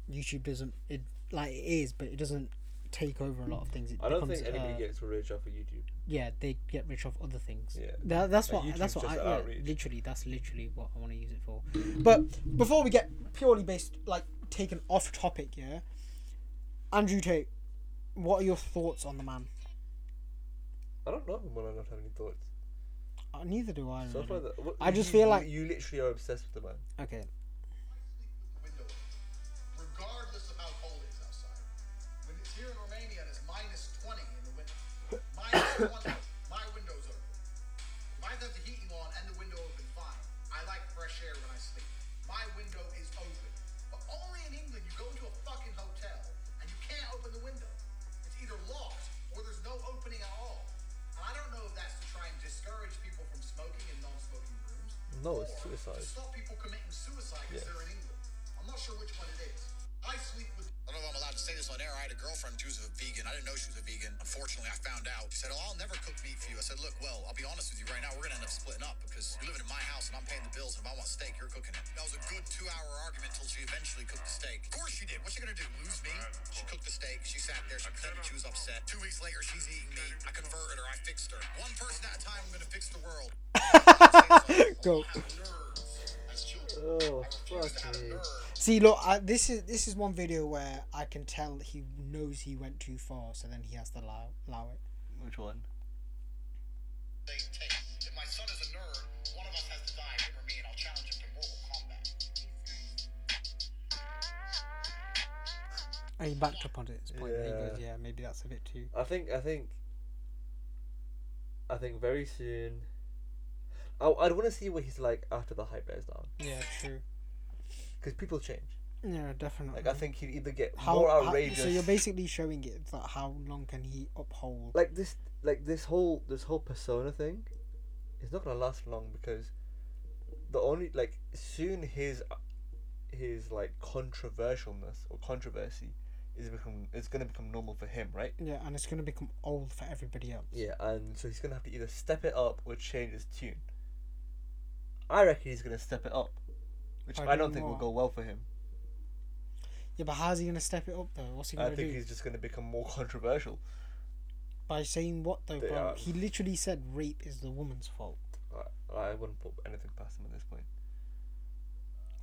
YouTube doesn't it like it is, but it doesn't take over a lot of things. It I don't becomes, think anybody uh, gets rich off of YouTube. yeah, they get rich off other things. Yeah. That, that's Like, what that's YouTube's what I just yeah, outreach. literally that's literally what I want to use it for. But before we get purely based like taken off topic, yeah. Andrew Tate, what are your thoughts on the man? I don't know him when I don't have any thoughts. Uh, neither do I. So I, Mm-hmm. really. find that, what, I just you- feel you- like- you literally are obsessed with the man. Okay. window, regardless of how cold it is outside. When it's here in Romania and it's minus 20 in the winter, (coughs) minus 20, my window's open. If I've got the heating on and the window open, fine. I like fresh air when I sleep. My window is open. But only in England you go to a fucking hotel and you can't open the window. It's either locked or there's no opening at all. And I don't know if that's to try and discourage people from smoking in non-smoking rooms. No, it's or suicide. To stop people committing suicide because Yeah. they're in England. I'm not sure which one it is. I sleep with. I don't know if I'm allowed to say this on air. I had a girlfriend. She was a vegan. I didn't know she was a vegan. Unfortunately, I found out. She said, "Oh, I'll never cook meat for you." I said, "Look, well, I'll be honest with you right now. We're gonna end up splitting up because you're living in my house and I'm paying the bills. And if I want steak, you're cooking it." That was a good two-hour argument until she eventually cooked the steak. Of course she did. What's she gonna do? Lose me? She cooked the steak. She sat there. She pretended she was upset. Two weeks later, she's eating meat. I converted her. I fixed her. One person at a time. I'm gonna fix the world. Go. Oh, fuck me. See, look, I, this is this is one video where I can tell that he knows he went too far, so then he has to allow, allow it. Which one? they take. If my son is a nerd, one of us has to die over me, and I'll challenge him to Mortal Kombat. And Oh, he backed up on it at this point. Yeah. He goes, Yeah. yeah, maybe that's a bit too. I think I think I think very soon. I I'd want to see what he's like after the hype bears down Yeah, true. because people change. Yeah, definitely. Like I think he'd either get Mm-hmm. how, more how- outrageous. so you're basically showing it that how long can he uphold? like this like this whole this whole persona thing is not gonna last long because the only like soon his his like controversialness or controversy is become is gonna become normal for him right yeah, and it's gonna become old for everybody else. yeah and so he's gonna have to either step it up or change his tune i reckon he's gonna step it up which By i don't doing think will what? go well for him Yeah, but how's he gonna step it up though? What's he i gonna do think he's just gonna become more controversial by saying what though, They bro? are- He literally said rape is the woman's fault. I, I wouldn't put anything past him at this point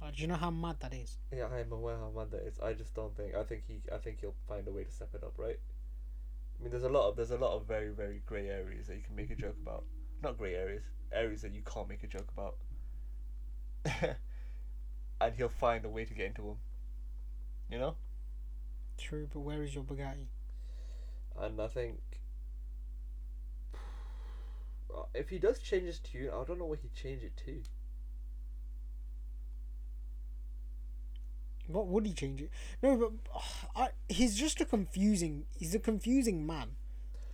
Like, do you know how mad that is? Yeah, I am aware how mad that is. I just don't think. I think he. I think he'll find a way to step it up, right? I mean, there's a lot of there's a lot of very very grey areas that you can make a joke about. Not grey areas, areas that you can't make a joke about. (laughs) and he'll find a way to get into them. You know. True, but where is your Bugatti? And I think Uh, if he does change his tune, I don't know what he'd change it to. What would he change it? No, but (sighs) I, he's just a confusing. He's a confusing man.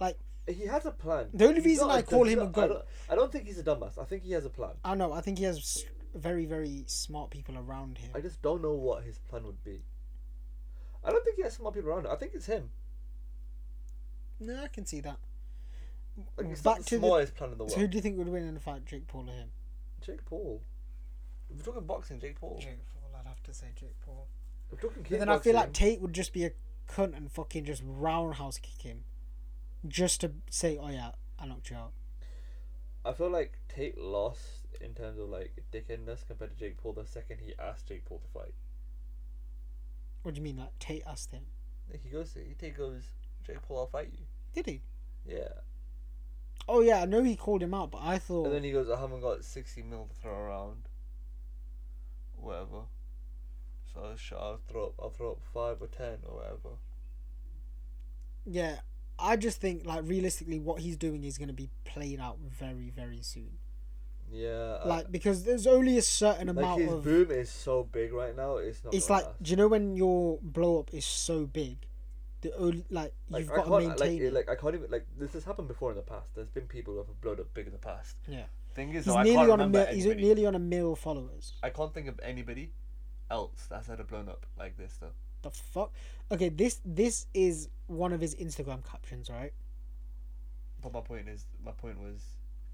Like He has a plan. The only He's reason not I call him a dumb- I goat- don't, I don't think he's a dumbass. I think he has a plan. I don't know. I think he has s- very very smart people around him. I just don't know what his plan would be. I don't think he has smart people around him. I think it's him. No, I can see that. Like, it's Back not to the the- smartest plan in the world. So who do you think would win in a fight, Jake Paul or him? Jake Paul. If we're talking boxing, Jake Paul. Jake Paul. I'd have to say Jake Paul. If we're talking But then I feel like kickboxing, Tate would just be a cunt and fucking just roundhouse kick him, just to say, "Oh yeah, I knocked you out." I feel like Tate lost in terms of like dickheadness compared to Jake Paul the second he asked Jake Paul to fight. What do you mean, like Tate asked him? Like, He goes, to, he Tate goes, Jake Paul, I'll fight you. Did he? Yeah. Oh yeah, I know he called him out, but I thought And then he goes, I haven't got sixty mil to throw around. Whatever. So I'll, sh- I'll throw up, I'll throw up five or ten or whatever. yeah, I just think like realistically, what he's doing is going to be played out very very soon. Yeah. I- Like because there's only a certain Uh, like amount his of. boom is so big right now. It's not. It's gonna like, last. do you know when your blow up is so big, the only like Like, you've I got to can't, maintain like, it. like I can't even like this has happened before in the past. There's been people who have blown up big in the past. yeah, Thing is, he's though, I can't nearly on a remember mil- he's anybody. nearly on a mil followers. I can't think of anybody else that's had a blown up like this though. the fuck okay this this is one of his instagram captions right But my point is, my point was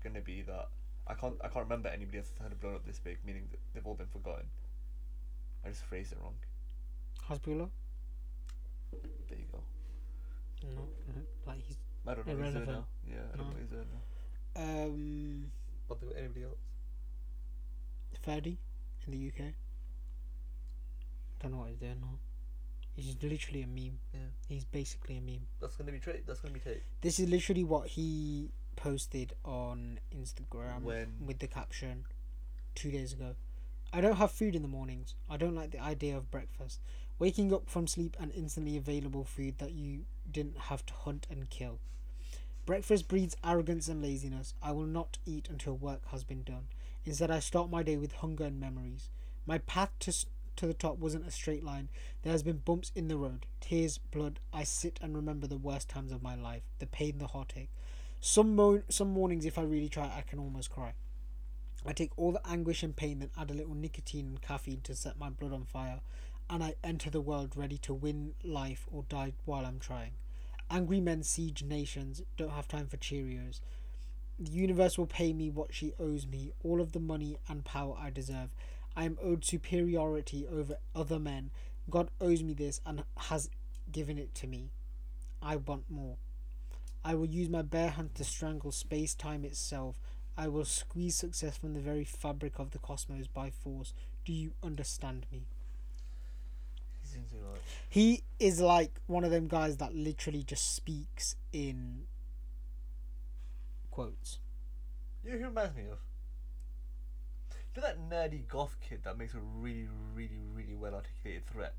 gonna be that I can't, I can't remember anybody else that's had a blown up this big, meaning that they've all been forgotten. I just phrased it wrong. hasbullah There you go. No, no, like he's I don't know what he's doing Irrelevant. now. Yeah, I don't know what he's doing now. um But there anybody else? Ferdy in the UK. Don't know what he's doing now. He's literally a meme. Yeah. He's basically a meme. That's gonna be trade. That's gonna be tape. This is literally what he posted on Instagram When- with the caption two days ago. I don't have food in the mornings. I don't like the idea of breakfast. Waking up from sleep and instantly available food that you didn't have to hunt and kill. Breakfast breeds arrogance and laziness. I will not eat until work has been done. Instead, I start my day with hunger and memories. My path to, s- to the top wasn't a straight line. There has been bumps in the road, tears, blood. I sit and remember the worst times of my life, the pain, the heartache. Some mo- some mornings, if I really try, I can almost cry. I take all the anguish and pain, then add a little nicotine and caffeine to set my blood on fire, and I enter the world ready to win life or die while I'm trying. Angry men siege nations, don't have time for Cheerios. The universe will pay me what she owes me, all of the money and power I deserve. I am owed superiority over other men. God owes me this and has given it to me. I want more. I will use my bare hands to strangle space time itself. I will squeeze success from the very fabric of the cosmos by force. Do you understand me? He seems to be like He is like one of them guys that literally just speaks in quotes. You know who he reminds me of? You know that nerdy goth kid that makes a really, really, really well articulated threat?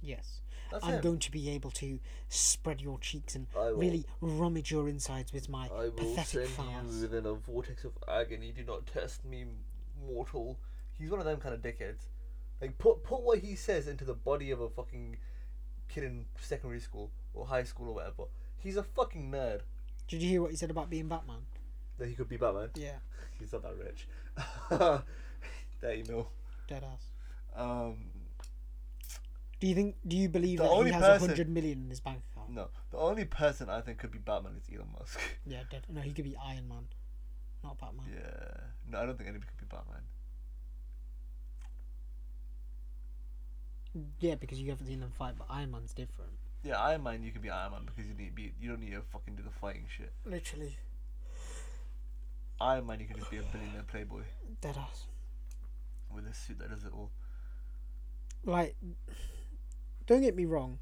Yes. That's I'm him. going to be able to spread your cheeks and I will- really rummage your insides with my I will pathetic send you flowers. within a vortex of agony. Do not test me, mortal. He's one of them kind of dickheads. Like, put put what he says into the body of a fucking kid in secondary school or high school or whatever. He's a fucking nerd. Did you hear what he said about being Batman? That he could be Batman. Yeah, He's not that rich. (laughs) there you know. dead ass. Um, Do you think? Do you believe The that he only has a person- hundred million in his bank account? no. The only person I think could be Batman is Elon Musk. (laughs) Yeah, dead. No, he could be Iron Man, not Batman. yeah. No, I don't think anybody could be Batman. Yeah, because you haven't seen them fight, but Iron Man's different. Yeah, Iron Man, you could be Iron Man because you need be you don't need to fucking do the fighting shit. Literally, Iron Man, you could just be a billionaire playboy dead ass. with a suit that does it all. Like, don't get me wrong.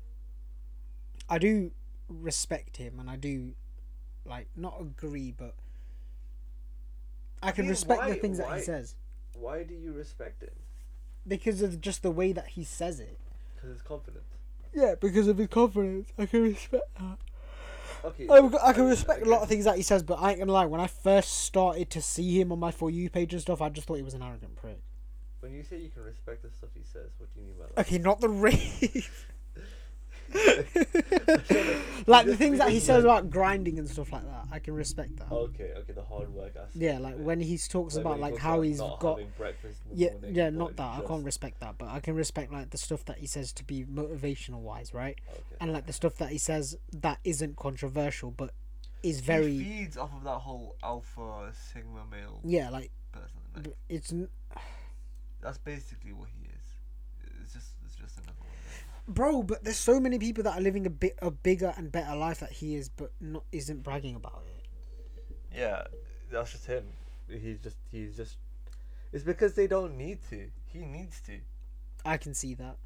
I do respect him, and I do, like, not agree, but I can mean, respect the why- things that why- he says Why do you respect him? because of just the way that he says it. Because it's confident. Yeah, because of his confidence, I can respect that. Okay. I, I can mean, respect a okay. lot of things that he says, but I ain't gonna lie. When I first started to see him on my for you page and stuff, I just thought he was an arrogant prick. When you say you can respect the stuff he says, what do you mean by that? Okay, not (laughs) the rave. like the things that he says about grinding and stuff like that, I can respect that. Okay, okay, the hard work aspect. Yeah, like when he talks when about he like talks how he's not got. having breakfast in the Yeah, morning, yeah, but not that. I just- can't respect that, but I can respect like the stuff that he says to be motivational wise, right? Okay. And like the stuff that he says that isn't controversial, but is very He feeds off of that whole alpha sigma male yeah, like person. b- Like, it's n- that's basically what he is. It's just it's just another one. bro. But there's so many people that are living a bit a bigger and better life that he is, but not isn't bragging about it. Yeah, that's just him. He's just he's just. It's because they don't need to. He needs to. I can see that.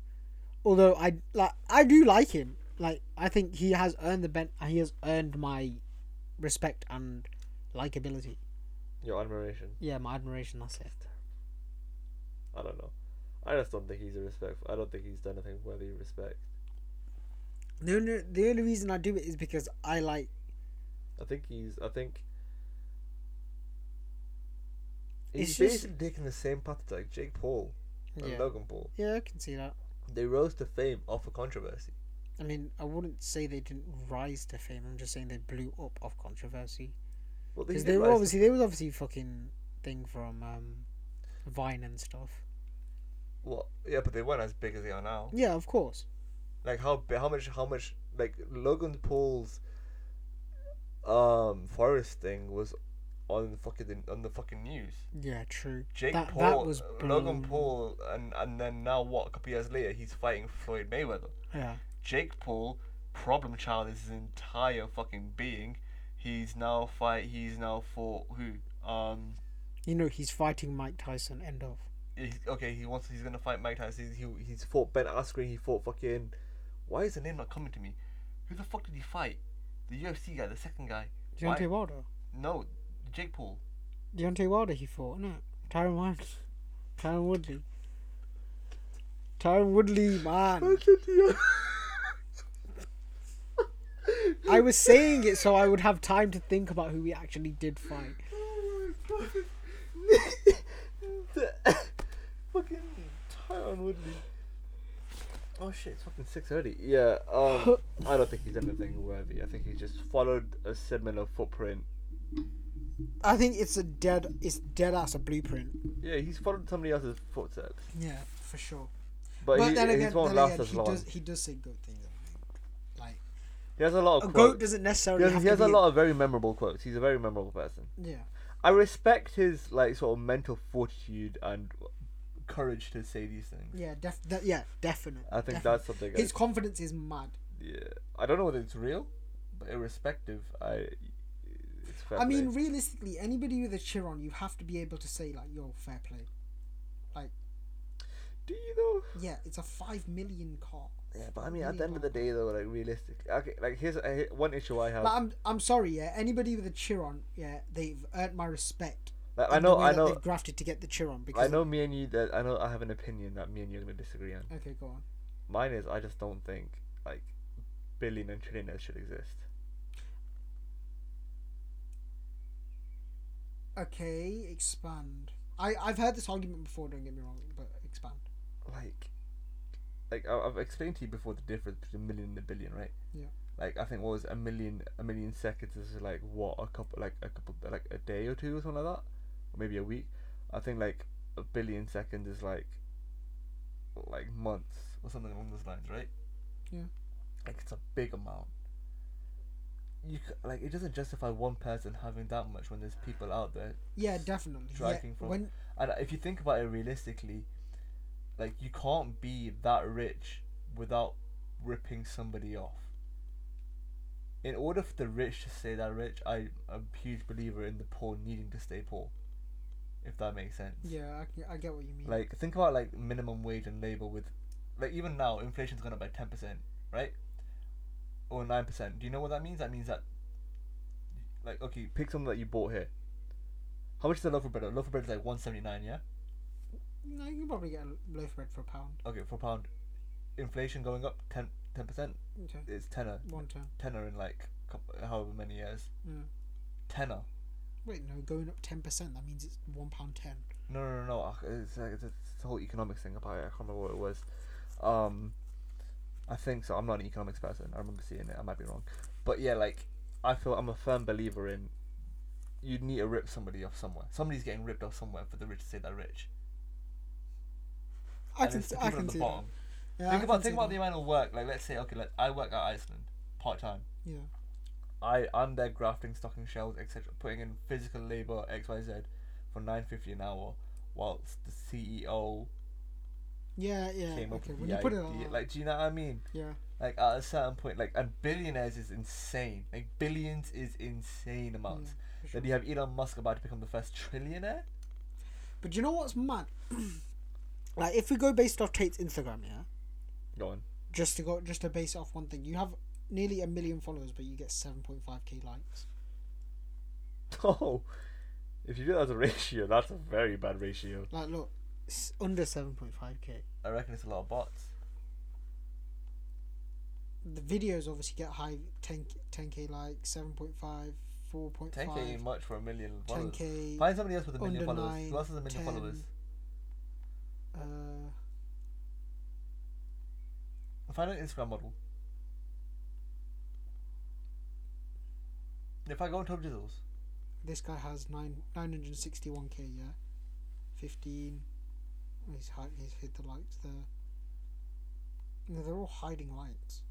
Although I like, I do like him. Like, I think he has earned the ben- He has earned my respect and likability. Your admiration. Yeah, my admiration. That's it. I don't know. I just don't think he's a respect. I don't think he's done anything worthy of respect. The only the only reason I do it is because I like. I think he's. I think. It's He's just- basically taking the same path as like Jake Paul and Yeah. Logan Paul. Yeah, I can see that. They rose to fame off a controversy. I mean, I wouldn't say they didn't rise to fame. I'm just saying they blew up of controversy. Well, Because did they were rise to obviously there was obviously fucking thing from um, Vine and stuff. Well, yeah, but they weren't as big as they are now. Yeah, of course. Like how bi- how much how much like Logan Paul's um forest thing was on fucking on the fucking news. Yeah, true. Jake that Paul, uh, that was blown- Logan Paul, and and then now what? A couple years later, he's fighting Floyd Mayweather. Yeah, Jake Paul problem child is his entire fucking being. He's now fight. He's now for who? Um. You know, he's fighting Mike Tyson. End of. He's, okay, he wants. He's gonna fight Mike Tyson. He, he- he's He's fought Ben Askren. He fought fucking. Why is the name not coming to me? Who the fuck did he fight? The UFC guy, the second guy. Why- Deontay Wilder. No, (laughs) Jake Paul. Deontay Wilder. He fought, no? Tyron Woodley. Tyron Woodley. Tyron Woodley, man. I was saying it so I would have time to think about who he actually did fight. (laughs) fucking Tyron Woodley. Oh shit, it's fucking six thirty. Yeah, (laughs) um, I don't think he's anything worthy. I think he just followed a similar footprint. I think it's a dead. It's dead ass a blueprint. Yeah, he's followed somebody else's footsteps, Yeah, for sure. but, But he, then again, his won't then last again as he long. does. He does say goat things. I think. Like He has a lot a of goat quotes. doesn't He necessarily. has, have he has to a be lot of very memorable quotes. He's a very memorable person. Yeah. I respect his like sort of mental fortitude and Courage to say these things. Yeah, def- de- yeah, definitely. I think definite. that's something I- His confidence is mad. Yeah, I don't know whether it's real, but irrespective, I. It's fair I play. mean, realistically, anybody with a cheer on, you have to be able to say like, "Yo, fair play." Like, do you know? yeah, it's a five million car. Yeah, but I mean, at the end of the day, though, like realistically, okay, like here's uh, here- one issue I have. Like, I'm I'm sorry, yeah. Anybody with a cheer on, yeah, they've earned my respect. Like, I and the know, way I that know, They've grafted to get the cheer on because. I know. Me and you, that I know, I have an opinion that me and you are gonna disagree on. Okay, go on. Mine is, I just don't think like billion and trillionaires should exist. Okay, expand. I I've heard this argument before. Don't get me wrong, but expand. Like, like I- I've explained to you before the difference between a million and a billion, right? Yeah. Like I think what was a million, a million seconds is like what a couple, like a couple, like a day or two or something like that, or maybe a week. I think like a billion seconds is like, like months or something along those lines, right? Yeah. Like it's a big amount. You c- like it doesn't justify one person having that much when there's people out there Yeah, definitely. striking yeah. from. When And if you think about it realistically, like you can't be that rich without ripping somebody off. In order for the rich to stay that rich, I, I'm a huge believer in the poor needing to stay poor. If that makes sense. yeah, I, can- I get what you mean. Like think about like minimum wage and labor with, like even now inflation's gone up by ten percent, right? Or nine percent. Do you know what that means? That means that, like okay, pick something that you bought here. How much is a loaf of bread? A loaf of bread is like one seventy nine, yeah. No, you can probably get a loaf of bread for a pound. Okay, for a pound. Inflation going up 10 percent. Okay. It's tenner. One ten. Tenner in like couple, however many years. Mm. Tenner. Wait, no, going up ten percent. That means it's one pound ten. No, no, no, no. uh, It's, uh, it's, it's the whole economics thing about it. I can't remember what it was. Um, I think so. I'm not an economics person. I remember seeing it. I might be wrong, but yeah, like I feel I'm a firm believer in you need to rip somebody off somewhere. Somebody's getting ripped off somewhere for the rich to say they're rich. I And can, it's the I people can at the see bottom. that. Yeah, think I about can think see about the that. amount of work. Like let's say okay, like I work at Iceland part time. Yeah, I I'm there grafting, stocking shelves, etc., putting in physical labor X Y Z for nine fifty an hour, whilst the E CEO yeah, yeah. came up Oh, okay, with when the you put it idea. on, like, like, do you know what I mean? yeah, Like at a certain point, like and billionaires is insane. Like billions is insane amounts. Then you have Elon Musk about to become the first trillionaire. but you know what's mad? (clears throat) like, if we go based off Tate's Instagram, yeah, Go on. (laughs) just to go, just to base it off one thing, you have nearly a million followers, but you get seven point five k likes. Oh, if you do that as a ratio, that's a very bad ratio. Like, look, it's under seven point five k. I reckon it's a lot of bots. The videos obviously get high 10 k likes, 7.5, 4.5, Ten k ain't much for a million followers. 10K, Find somebody else with a million under followers. nine, Who else has a million 10. followers? uh, Find an Instagram model. If I go on Top Jizzles, This guy has nine nine hundred sixty one k. Yeah, fifteen. He's hide, he's hid the lights there. No, they're all hiding lights.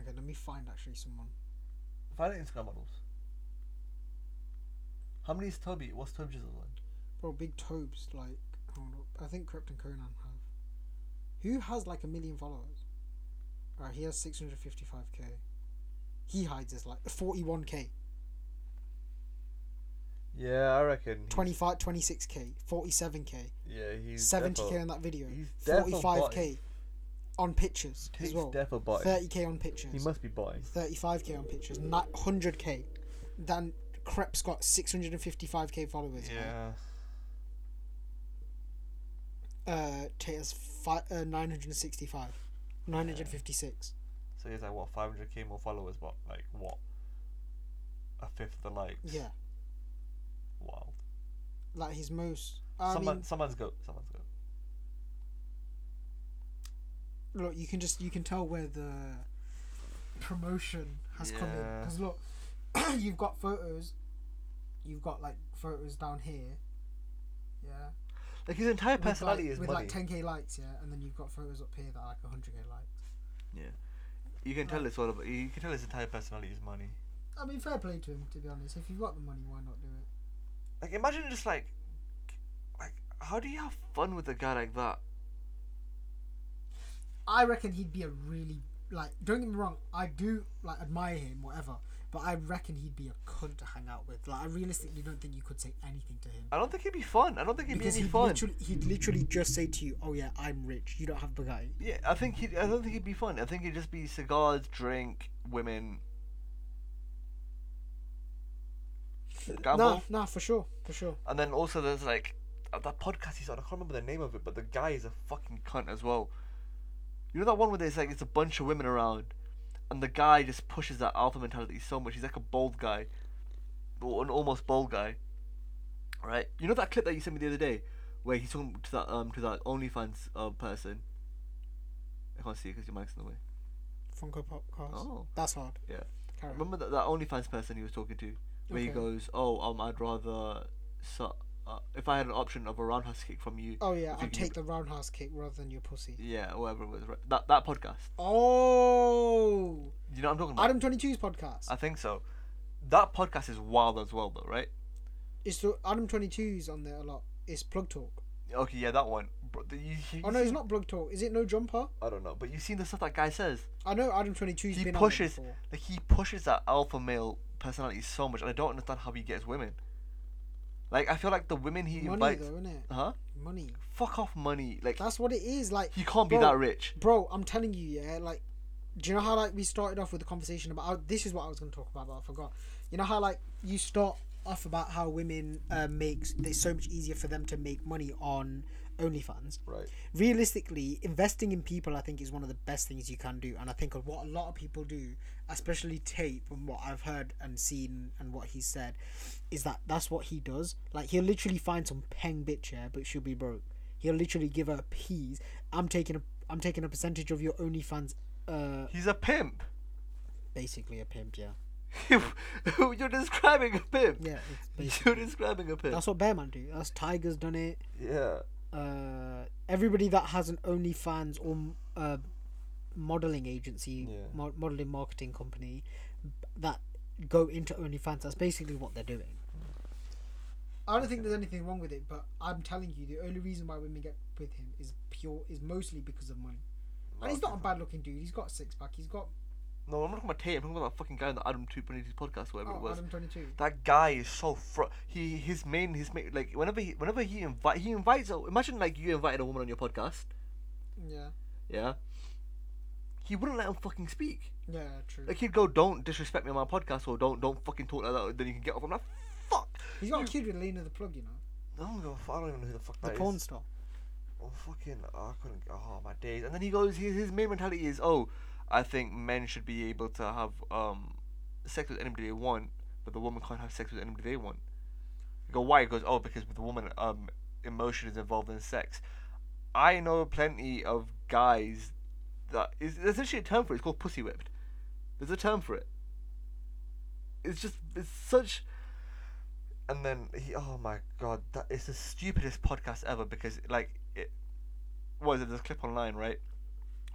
Okay, let me find actually someone. find an Instagram models. How many is Toby? What's Toby Jizzles on? Bro, big tobes like hold up. I think Crypt and Conan have. Who has like a million followers? Right, he has 655k. He hides as like 41k, Yeah, I reckon. he's- 25, 26k, 47k, Yeah, he's 70k defo- on that video, he's defo 45k on pictures Takes as well, defo botting. 30k on He pictures, must be buying. 35k on pictures, ni- 100k. Then Crep's got 655k followers. right? Uh, Tate has fi- uh, 965, 956. So he's like what 500k more followers, but like what? A fifth the likes. Yeah, Wow. like his most. I Someone, mean, someone's go. Someone's go. look, you can just you can tell where the promotion has come in Yeah. because look, (clears throat) you've got photos, you've got like photos down here, yeah, Like his entire with, like- personality with, is like, money. 10k likes, yeah, and then you've got photos up here that are like 100k likes. you can tell like- it's all about. You You can tell his entire personality is money. I mean, fair play to him, to be honest. If you've got the money, why not do it? Like imagine just like, like how do you have fun with a guy like that? I reckon he'd be a really like. Don't get me wrong, I do like admire him, whatever. But I reckon he'd be a cunt to hang out with. Like, I realistically don't think you could say anything to him. I don't think he'd be fun. I don't think he'd Because be any he'd fun. literally, he'd literally just say to you, "Oh yeah, I'm rich. You don't have Bugatti." Yeah, I think he. I don't think he'd be fun. I think it'd just be cigars, drink, women. Gamble. No, no, for sure, for sure. And then also there's like uh, that podcast he's on. I can't remember the name of it, but the guy is a fucking cunt as well. You know that one where there's like it's a bunch of women around, and the guy just pushes that alpha mentality so much. He's like a bold guy, or an almost bold guy. Right? You know that clip that you sent me the other day, where he's talking to that um to that OnlyFans uh, person. I can't see it because your mic's in the way. Funko Pop cars. Oh. That's hard. Yeah. Carry on. Remember that, that OnlyFans person he was talking to, where he Okay. goes, "Oh, um, I'd rather, su- uh, if I had an option of a roundhouse kick from you." Oh yeah, if you I'd could- take the roundhouse kick rather than your pussy. Yeah, or whatever it was. right? That that podcast. Oh, You know what I'm talking about? Adam 22's podcast. I think so. That podcast is wild as well, though, right? It's the Adam 22's on there a lot. It's Plug Talk. Okay, yeah, that one. Bro, the- you, you- Oh you no, it's seen- not Plug Talk. Is it No Jumper? I don't know, but you've seen the stuff that guy says. I know Adam 22's He been pushes, on there before. like he pushes that alpha male personality so much, and I don't understand how he gets women. Like I feel like the women he Money invites, though, isn't it? huh? Money. Fuck off, money. Like That's what it is. Like You can't be bro, that rich. bro. I'm telling you, yeah. Like, do you know how like we started off with the conversation about I, this is what I was gonna talk about, but I forgot. You know how like you start off about how women uh, makes it's so much easier for them to make money on OnlyFans. Right. Realistically, investing in people I think is one of the best things you can do, and I think of what a lot of people do, especially Tate, from what I've heard and seen and what he said, is that that's what he does. Like he'll literally find some peng bitch yeah, but she'll be broke. He'll literally give her peas. I'm taking a I'm taking a percentage of your OnlyFans. Uh, He's a pimp. basically a pimp, yeah. You're (laughs) describing a pimp. Yeah, it's basically. You're describing a pimp. That's what Bearman do. That's Tiger's done it. Yeah. uh, everybody that has an OnlyFans or uh, modeling agency, Yeah. mo- modeling marketing company that go into OnlyFans, that's basically what they're doing. I don't think there's anything wrong with it, but I'm telling you, the only reason why women get with him is pure is mostly because of money. And he's not a bad looking dude. He's got a six pack. He's got No, I'm not talking about Tate. I'm talking about that fucking guy in the Adam 2.80's podcast, whatever it oh, was. Adam twenty two. That guy is so fr. He his main his main like whenever he whenever he invite he invites. a- Imagine like you invited a woman on your podcast. Yeah, Yeah. He wouldn't let him fucking speak. yeah, true. Like he'd go, "Don't disrespect me on my podcast," or "Don't don't fucking talk like that." Then you can get off. I'm like, "Fuck." he's got a kid with Lena the Plug, you know, I don't, know, I don't even know who the fuck the that is. porn star. oh fucking oh, I couldn't oh my days and then he goes his, his main mentality is oh I think men should be able to have um sex with anybody they want but the woman can't have sex with anybody they want you go why he goes oh because with the woman um emotion is involved in sex I know plenty of guys that is there's actually a term for it it's called pussy whipped there's a term for it it's just it's such and then he oh my god that is the stupidest podcast ever because like it was it this clip online right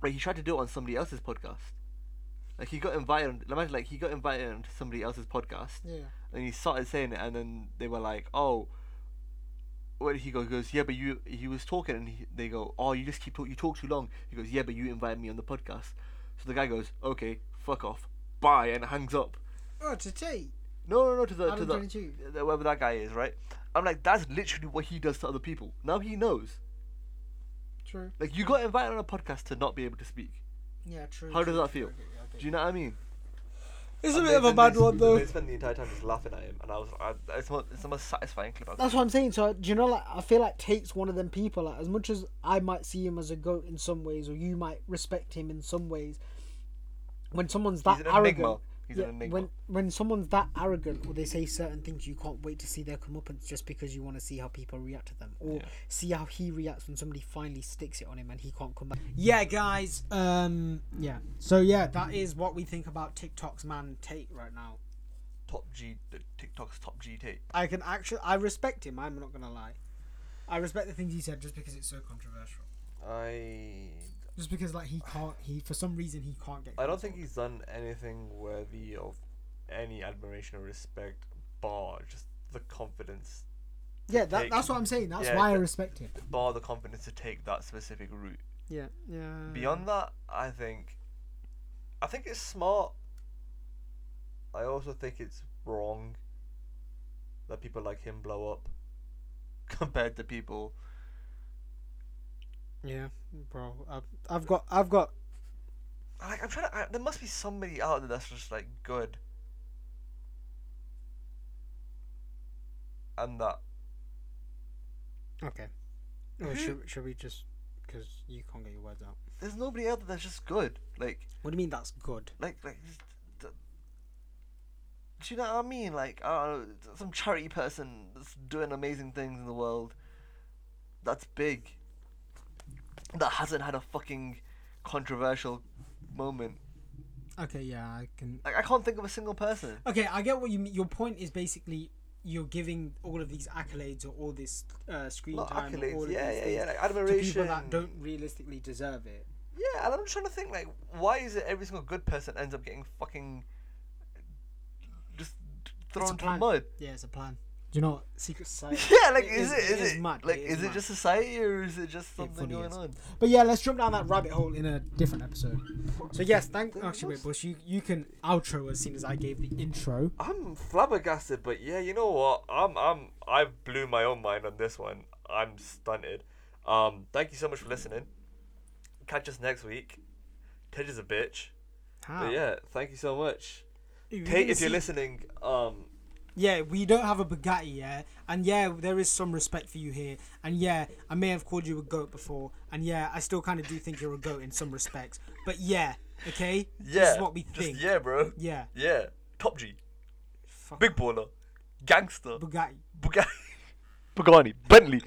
like he tried to do it on somebody else's podcast like he got invited imagine like he got invited onto somebody else's podcast Yeah. and he started saying it and then they were like oh what he go- goes yeah but you he was talking and he, they go oh you just keep talk you talk too long he goes yeah but you invited me on the podcast So the guy goes, okay, fuck off, bye, and hangs up. Oh, to tea. No, no, no, to the to Adam the, 22. the whoever that guy is, right? I'm like, that's literally what he does to other people. Now he knows. True. Like, you got invited on a podcast to not be able to speak. Yeah, true. How does true, that true, feel? okay, yeah, okay. Do you know what I mean? It's a And bit they- of a and bad they, one though. They spend the entire time just laughing at him, and I was I, it's mo- it's the most satisfying clip I've That's what I'm saying. So do you know, like, I feel like Tate's one of them people. Like, as much as I might see him as a goat in some ways, or you might respect him in some ways, when someone's that He's an arrogant, enigma. He's an enigma. when when someone's that arrogant, or they say certain things, you can't wait to see their comeuppance just because you want to see how people react to them, or see how he reacts when somebody finally sticks it on him and he can't come back. Yeah, guys. Um. Yeah. So yeah, that is what we think about TikTok's man Tate right now. Top G, the TikTok's top G tape. I can actually, I respect him. I'm not gonna lie. I respect the things he said just because it's so controversial. I Just because like he can't, he for some reason he can't get. I don't think he's done anything worthy of any admiration or respect, bar just the confidence, Yeah, that, Take- that's what I'm saying. That's Yeah, why I that- respect him. Bar the confidence to take that specific route. Yeah, yeah. Beyond that, I think I think it's smart. I also think it's wrong that people like him blow up. (laughs) compared to people, Yeah, bro. I've, I've got, I've got. like I'm trying to. I, there must be somebody out there that's just like good, and that Okay. Or should, should we just? Because you can't get your words out. there's nobody out there that's just good. Like, What do you mean that's good? like, like. just th- do you know what I mean? Like, I don't know, some charity person that's doing amazing things in the world. That's big. That hasn't had a fucking controversial moment. Okay, yeah, I can. Like, I can't think of a single person. Okay, I get what you mean. Your point is basically you're giving all of these accolades or all this uh, screen Not time, or accolades, all of yeah, these yeah, things yeah, like to people admiration. that don't realistically deserve it. Yeah, and I'm trying to think like, why is it every single good person ends up getting fucking just It's thrown a into the plan. mud? Yeah, it's a plan. Do you know what? Secret society? (laughs) Yeah, like It is, it is, it mad, like is is it mad. just society or is it just It something fully going is. on? But yeah, let's jump down that rabbit hole in a different episode. So yes, thank. Actually, wait, Bush, you you can outro as soon as I gave the intro. I'm flabbergasted, but yeah, you know what? I'm I'm I blew my own mind on this one. I'm stunted. Um, thank you so much for listening. Catch us next week. Ted is a bitch. How? But yeah, thank you so much. Ah. You Tate, really if you're see- listening, um, Yeah, we don't have a Bugatti, yeah. And yeah, there is some respect for you here. And yeah, I may have called you a goat before. And yeah, I still kind of do think you're a goat in some respects. But yeah, okay? This Yeah, is what we just think. yeah, bro. Yeah. Yeah, top G, Fuck big baller, gangster, Bugatti. Bugatti, Bugatti, Bentley.